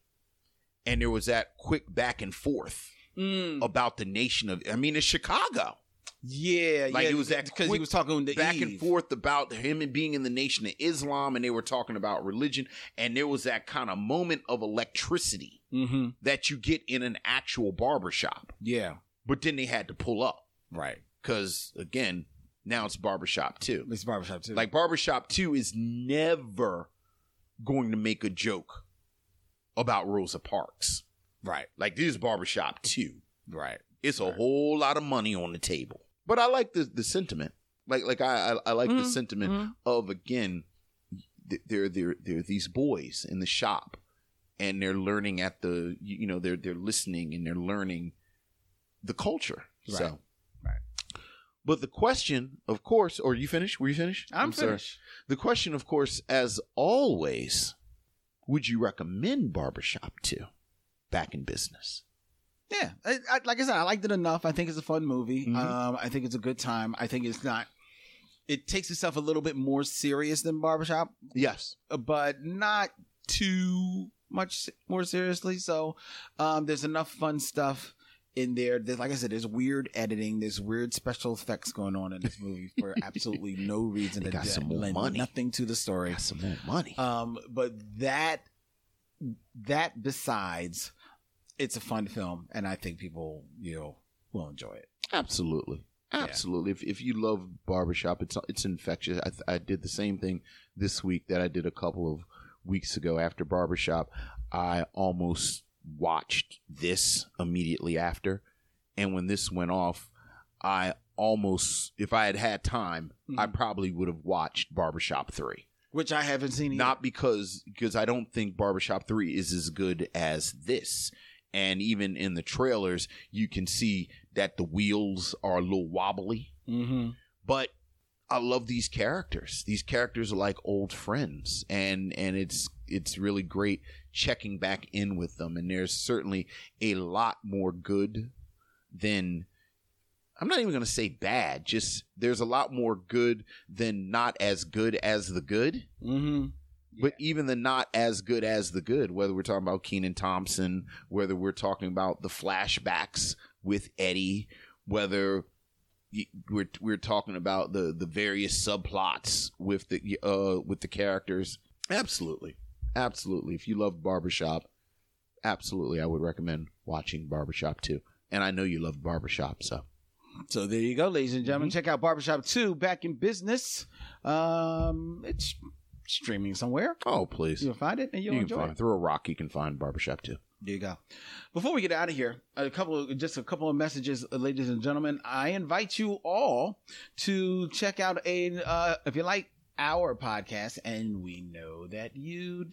[SPEAKER 1] and there was that quick back and forth
[SPEAKER 2] Mm.
[SPEAKER 1] about the nation of i mean it's chicago
[SPEAKER 2] yeah,
[SPEAKER 1] Like,
[SPEAKER 2] yeah,
[SPEAKER 1] it was that
[SPEAKER 2] because he
[SPEAKER 1] quick
[SPEAKER 2] was talking to
[SPEAKER 1] back and
[SPEAKER 2] Eve.
[SPEAKER 1] forth about him and being in the nation of Islam, and they were talking about religion, and there was that kind of moment of electricity
[SPEAKER 2] Mm-hmm.
[SPEAKER 1] that you get in an actual barbershop.
[SPEAKER 2] Yeah,
[SPEAKER 1] But then they had to pull up
[SPEAKER 2] right.
[SPEAKER 1] because again, now it's barbershop two.
[SPEAKER 2] It's barbershop too.
[SPEAKER 1] Like barbershop two is never going to make a joke about Rosa Parks.
[SPEAKER 2] Right.
[SPEAKER 1] Like this is barbershop too.
[SPEAKER 2] Right.
[SPEAKER 1] It's a whole lot of money on the table. But I like the the sentiment. Like like I I, I like the
[SPEAKER 2] Mhm,
[SPEAKER 1] sentiment
[SPEAKER 2] mhm.
[SPEAKER 1] of again th- there there there are these boys in the shop and they're learning at the you you know they're they're listening and they're learning the culture. So
[SPEAKER 2] Right.
[SPEAKER 1] right. But the question, of course, or you finished? Were you finished?
[SPEAKER 2] I'm
[SPEAKER 1] sorry.
[SPEAKER 2] finished.
[SPEAKER 1] The question, of course, as always, would you recommend barbershop to back in business?
[SPEAKER 2] Yeah, I, I, like I said, I liked it enough. I think it's a fun movie. Um, I think it's a good time. I think it's not. It takes itself a little bit more serious than Barbershop,
[SPEAKER 1] Yes.
[SPEAKER 2] but not too much more seriously. So um, there's enough fun stuff in there. There's, like I said, there's weird editing. There's weird special effects going on in this movie for absolutely no reason.
[SPEAKER 1] They
[SPEAKER 2] that
[SPEAKER 1] got
[SPEAKER 2] that
[SPEAKER 1] some more
[SPEAKER 2] lend
[SPEAKER 1] money.
[SPEAKER 2] Nothing to the story.
[SPEAKER 1] Got some more money.
[SPEAKER 2] Um, but that that besides, it's a fun film, and I think people you know will enjoy it.
[SPEAKER 1] Absolutely. Absolutely. If, if you love barbershop, it's it's infectious. I, th- I did the same thing this week that I did a couple of weeks ago after barbershop. I almost watched this immediately after, and when this went off, I almost, if I had had time, I probably would have watched barbershop three.
[SPEAKER 2] Which I haven't seen. Either.
[SPEAKER 1] not because because I don't think Barbershop 3 is as good as this. And even in the trailers, you can see that the wheels are a little wobbly.
[SPEAKER 2] Mm-hmm.
[SPEAKER 1] But I love these characters. These characters are like old friends, and and it's it's really great checking back in with them. And there's certainly a lot more good than I'm not even going to say bad. Just there's a lot more good than not as good as the good.
[SPEAKER 2] Mm-hmm.
[SPEAKER 1] But even the not as good as the good, whether we're talking about Keenan Thompson, whether we're talking about the flashbacks with Eddie, whether y- we're we're talking about the the various subplots with the uh with the characters. Absolutely, absolutely. If you love Barbershop, absolutely, I would recommend watching Barbershop too. And I know you love Barbershop, so
[SPEAKER 2] So there you go, ladies and
[SPEAKER 1] Mm-hmm.
[SPEAKER 2] gentlemen. Check out Barbershop Two back in business. Um, it's streaming somewhere.
[SPEAKER 1] oh please,
[SPEAKER 2] You'll find it and you'll
[SPEAKER 1] you can
[SPEAKER 2] enjoy
[SPEAKER 1] find
[SPEAKER 2] it.
[SPEAKER 1] through a rock. You can find Barbershop too.
[SPEAKER 2] There you go. Before we get out of here, a couple of, just a couple of messages, uh, ladies and gentlemen. I invite you all to check out a uh, if you like our podcast, and we know that you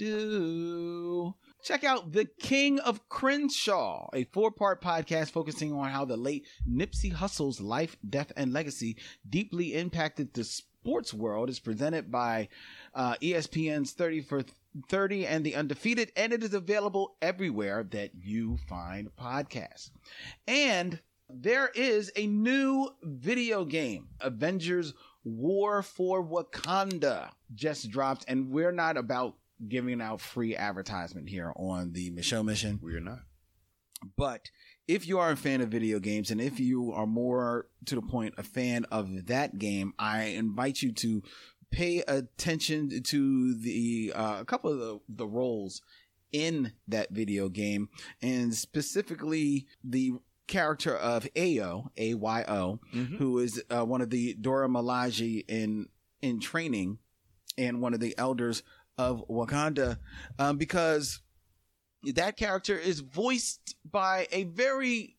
[SPEAKER 2] do. Check out The King of Crenshaw, a four part podcast focusing on how the late Nipsey Hussle's life, death, and legacy deeply impacted the sports world. It's presented by uh, ESPN's 30 for 30 and The Undefeated, and it is available everywhere that you find podcasts. And there is a new video game, Avengers War for Wakanda, just dropped, and we're not about giving out free advertisement here on the Michelle Mission.
[SPEAKER 1] We're not.
[SPEAKER 2] But if you are a fan of video games and if you are more to the point a fan of that game, I invite you to pay attention to the uh, a couple of the, the roles in that video game and specifically the character of Ayo, A Y O, who is uh, one of the Dora Milaje in in training and one of the elders of Wakanda um, because that character is voiced by a very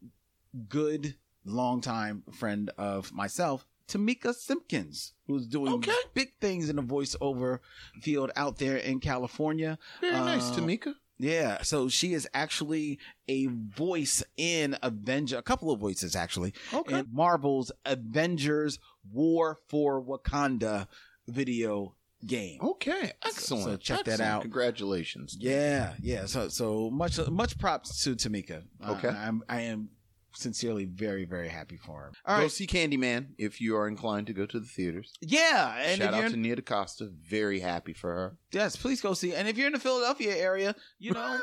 [SPEAKER 2] good longtime friend of myself, Tamika Simpkins, who's doing big things in the voiceover field out there in California.
[SPEAKER 1] Very nice,
[SPEAKER 2] Uh,
[SPEAKER 1] Tamika.
[SPEAKER 2] yeah, so she is actually a voice in Avenger, a couple of voices actually,
[SPEAKER 1] Okay.
[SPEAKER 2] in Marvel's Avengers War for Wakanda video game.
[SPEAKER 1] Okay, excellent.
[SPEAKER 2] So check that
[SPEAKER 1] Excellent.
[SPEAKER 2] out.
[SPEAKER 1] Congratulations.
[SPEAKER 2] Yeah, yeah. So so much much props to Tamika. Uh,
[SPEAKER 1] Okay.
[SPEAKER 2] I'm I am sincerely very very happy for her.
[SPEAKER 1] All
[SPEAKER 2] All
[SPEAKER 1] right. Go
[SPEAKER 2] right.
[SPEAKER 1] see Candyman if you are inclined to go to the theaters.
[SPEAKER 2] Yeah, and
[SPEAKER 1] Shout
[SPEAKER 2] if you're
[SPEAKER 1] out
[SPEAKER 2] in,
[SPEAKER 1] to Nia DaCosta. Very happy for her.
[SPEAKER 2] yes, please go see. And if you're in the Philadelphia area, you know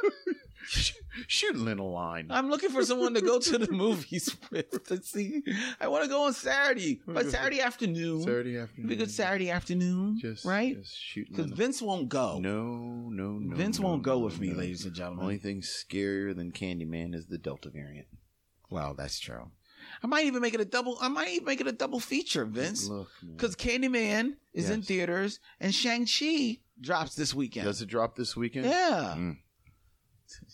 [SPEAKER 1] Shoot in a line.
[SPEAKER 2] I'm looking for someone to go to the movies with to see. I want to go on Saturday, but Saturday afternoon.
[SPEAKER 1] Saturday
[SPEAKER 2] It'd be
[SPEAKER 1] afternoon.
[SPEAKER 2] good Saturday afternoon,
[SPEAKER 1] Just
[SPEAKER 2] right?
[SPEAKER 1] Just shoot
[SPEAKER 2] Because Vince won't go.
[SPEAKER 1] No, no, no.
[SPEAKER 2] Vince won't
[SPEAKER 1] no,
[SPEAKER 2] go
[SPEAKER 1] no,
[SPEAKER 2] with me,
[SPEAKER 1] no.
[SPEAKER 2] ladies and gentlemen.
[SPEAKER 1] Only thing scarier than Candyman is the Delta variant.
[SPEAKER 2] Well, that's true. I might even make it a double. I might even make it a double feature, Vince.
[SPEAKER 1] Look, man.
[SPEAKER 2] Because Candyman is in
[SPEAKER 1] Yes.
[SPEAKER 2] theaters and Shang Chi drops this weekend.
[SPEAKER 1] Does it drop this weekend?
[SPEAKER 2] Yeah.
[SPEAKER 1] Mm.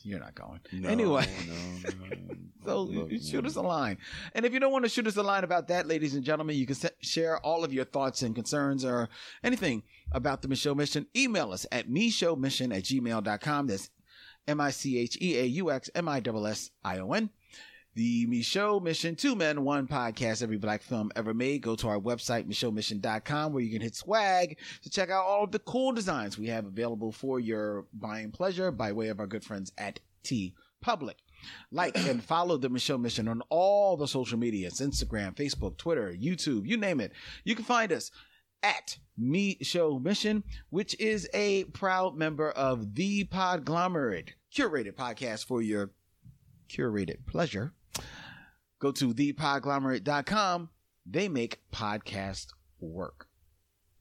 [SPEAKER 2] You're not going.
[SPEAKER 1] No,
[SPEAKER 2] anyway,
[SPEAKER 1] no,
[SPEAKER 2] so
[SPEAKER 1] Look,
[SPEAKER 2] you shoot
[SPEAKER 1] no.
[SPEAKER 2] us a line. And if you don't want to shoot us a line about that, ladies and gentlemen, you can se- share all of your thoughts and concerns or anything about the Michelle Mission. Email us at mishowmission at gmail.com. That's M I C H E A U X M I S S I O N. The Michaud Mission, two men, one podcast, every black film ever made. Go to our website, MichaudMission.com, where you can hit swag to check out all of the cool designs we have available for your buying pleasure by way of our good friends at T Public. Like and follow the Michelle Mission on all the social medias Instagram, Facebook, Twitter, YouTube, you name it. You can find us at Me Show Mission, which is a proud member of the Podglomerate, curated podcast for your curated pleasure. Go to thepodglomerate.com. They make podcast work.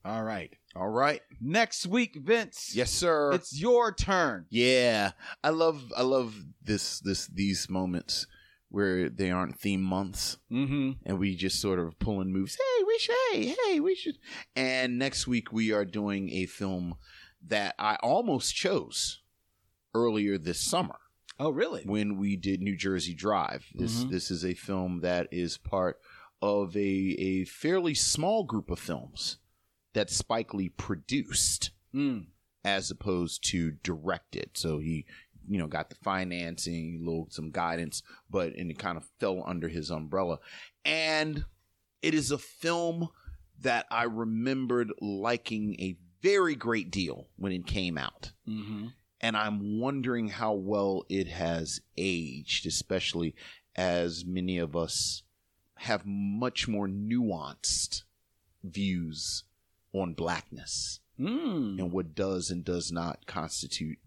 [SPEAKER 2] All right.
[SPEAKER 1] All right.
[SPEAKER 2] Next week, Vince.
[SPEAKER 1] Yes, sir.
[SPEAKER 2] It's your turn.
[SPEAKER 1] Yeah, I love I love this this these moments where they aren't theme months
[SPEAKER 2] Mm-hmm.
[SPEAKER 1] and we just sort of pulling moves. Hey, we should. Hey, hey, we should. And next week we are doing a film that I almost chose earlier this summer
[SPEAKER 2] Oh, really?
[SPEAKER 1] when we did New Jersey Drive. This this is a film that is part of a a fairly small group of films that Spike Lee produced Mm-hmm.
[SPEAKER 2] Mm.
[SPEAKER 1] as opposed to directed. So he, you know, got the financing, a little some guidance, but and it kind of fell under his umbrella. And it is a film that I remembered liking a very great deal when it came out.
[SPEAKER 2] Mm-hmm.
[SPEAKER 1] And I'm wondering how well it has aged, especially as many of us have much more nuanced views on blackness
[SPEAKER 2] Mm.
[SPEAKER 1] and what does and does not constitute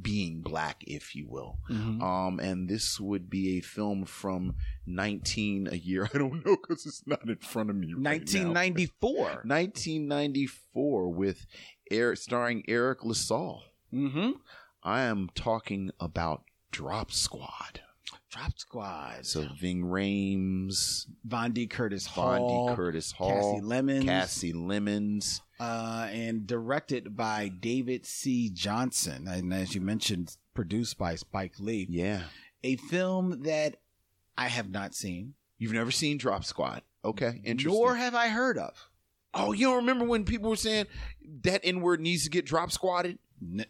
[SPEAKER 1] being black, if you will.
[SPEAKER 2] Mhm.
[SPEAKER 1] Um, and this would be a film from 19 a year. I don't know because it's not in front of me. right now.
[SPEAKER 2] 1994.
[SPEAKER 1] 1994 with Eric, starring Eric LaSalle.
[SPEAKER 2] Mm-hmm.
[SPEAKER 1] I am talking about Drop Squad.
[SPEAKER 2] Drop Squad.
[SPEAKER 1] So Ving Rhames,
[SPEAKER 2] Von D. Curtis Hall.
[SPEAKER 1] Bondi Curtis Hall,
[SPEAKER 2] Cassie Lemons.
[SPEAKER 1] Cassie Lemons.
[SPEAKER 2] uh, and directed by David C. Johnson. And as you mentioned, produced by Spike Lee.
[SPEAKER 1] Yeah.
[SPEAKER 2] A film that I have not seen,
[SPEAKER 1] You've never seen Drop Squad. Okay, interesting.
[SPEAKER 2] nor have I heard of.
[SPEAKER 1] Oh, you don't remember when people were saying that N word needs to get drop squatted?
[SPEAKER 2] N-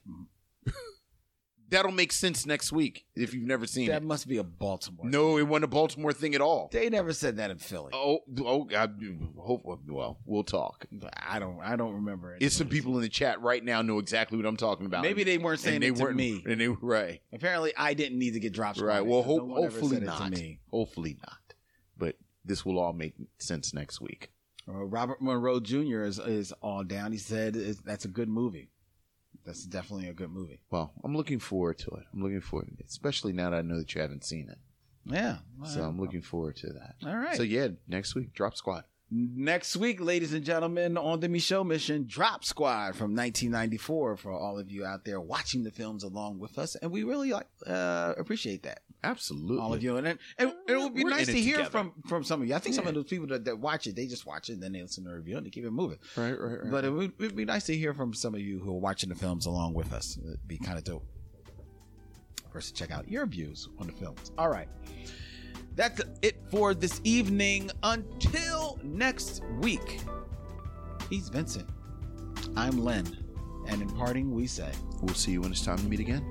[SPEAKER 1] That'll make sense next week if you've never seen
[SPEAKER 2] that
[SPEAKER 1] it.
[SPEAKER 2] must be a Baltimore.
[SPEAKER 1] No, it wasn't a Baltimore thing at all.
[SPEAKER 2] They never said that in Philly.
[SPEAKER 1] Oh, oh, I hope. Well, we'll talk.
[SPEAKER 2] I don't. I don't remember it.
[SPEAKER 1] It's some people in the chat right now know exactly what I'm talking about.
[SPEAKER 2] Maybe they weren't
[SPEAKER 1] And
[SPEAKER 2] saying it to
[SPEAKER 1] weren't-
[SPEAKER 2] me.
[SPEAKER 1] And they right,
[SPEAKER 2] Apparently, I didn't need to get dropped.
[SPEAKER 1] right. Well, hope,
[SPEAKER 2] no one ever
[SPEAKER 1] hopefully
[SPEAKER 2] said it to
[SPEAKER 1] not.
[SPEAKER 2] me.
[SPEAKER 1] Hopefully not. But this will all make sense next week.
[SPEAKER 2] Uh, Robert Monroe Jr. is is all down. He said "Is- that's a good movie. That's definitely a good movie.
[SPEAKER 1] Well, I'm looking forward to it. I'm looking forward, to it, especially now that I know that you haven't seen it.
[SPEAKER 2] Yeah.
[SPEAKER 1] So I'm looking forward to that.
[SPEAKER 2] All right.
[SPEAKER 1] So yeah, next week, Drop Squad.
[SPEAKER 2] Next week, ladies and gentlemen, on the Michelle Mission, Drop Squad from 1994 for all of you out there watching the films along with us, and we really like uh, appreciate that,
[SPEAKER 1] Absolutely.
[SPEAKER 2] all of you. And, and, and it would be
[SPEAKER 1] We're in
[SPEAKER 2] nice
[SPEAKER 1] it
[SPEAKER 2] to hear
[SPEAKER 1] together.
[SPEAKER 2] from from some of you. I think some of
[SPEAKER 1] Yeah.
[SPEAKER 2] those people that, that watch it, they just watch it, and then they listen to the review and they keep it moving.
[SPEAKER 1] Right, right, right.
[SPEAKER 2] But it would it'd be nice to hear from some of you who are watching the films along with us. It'd be kind of dope. First, check out your views on the films. All right. That's it for this evening. Until next week, he's Vincent. I'm Len. And in parting, we say.
[SPEAKER 1] we'll see you when it's time to meet again.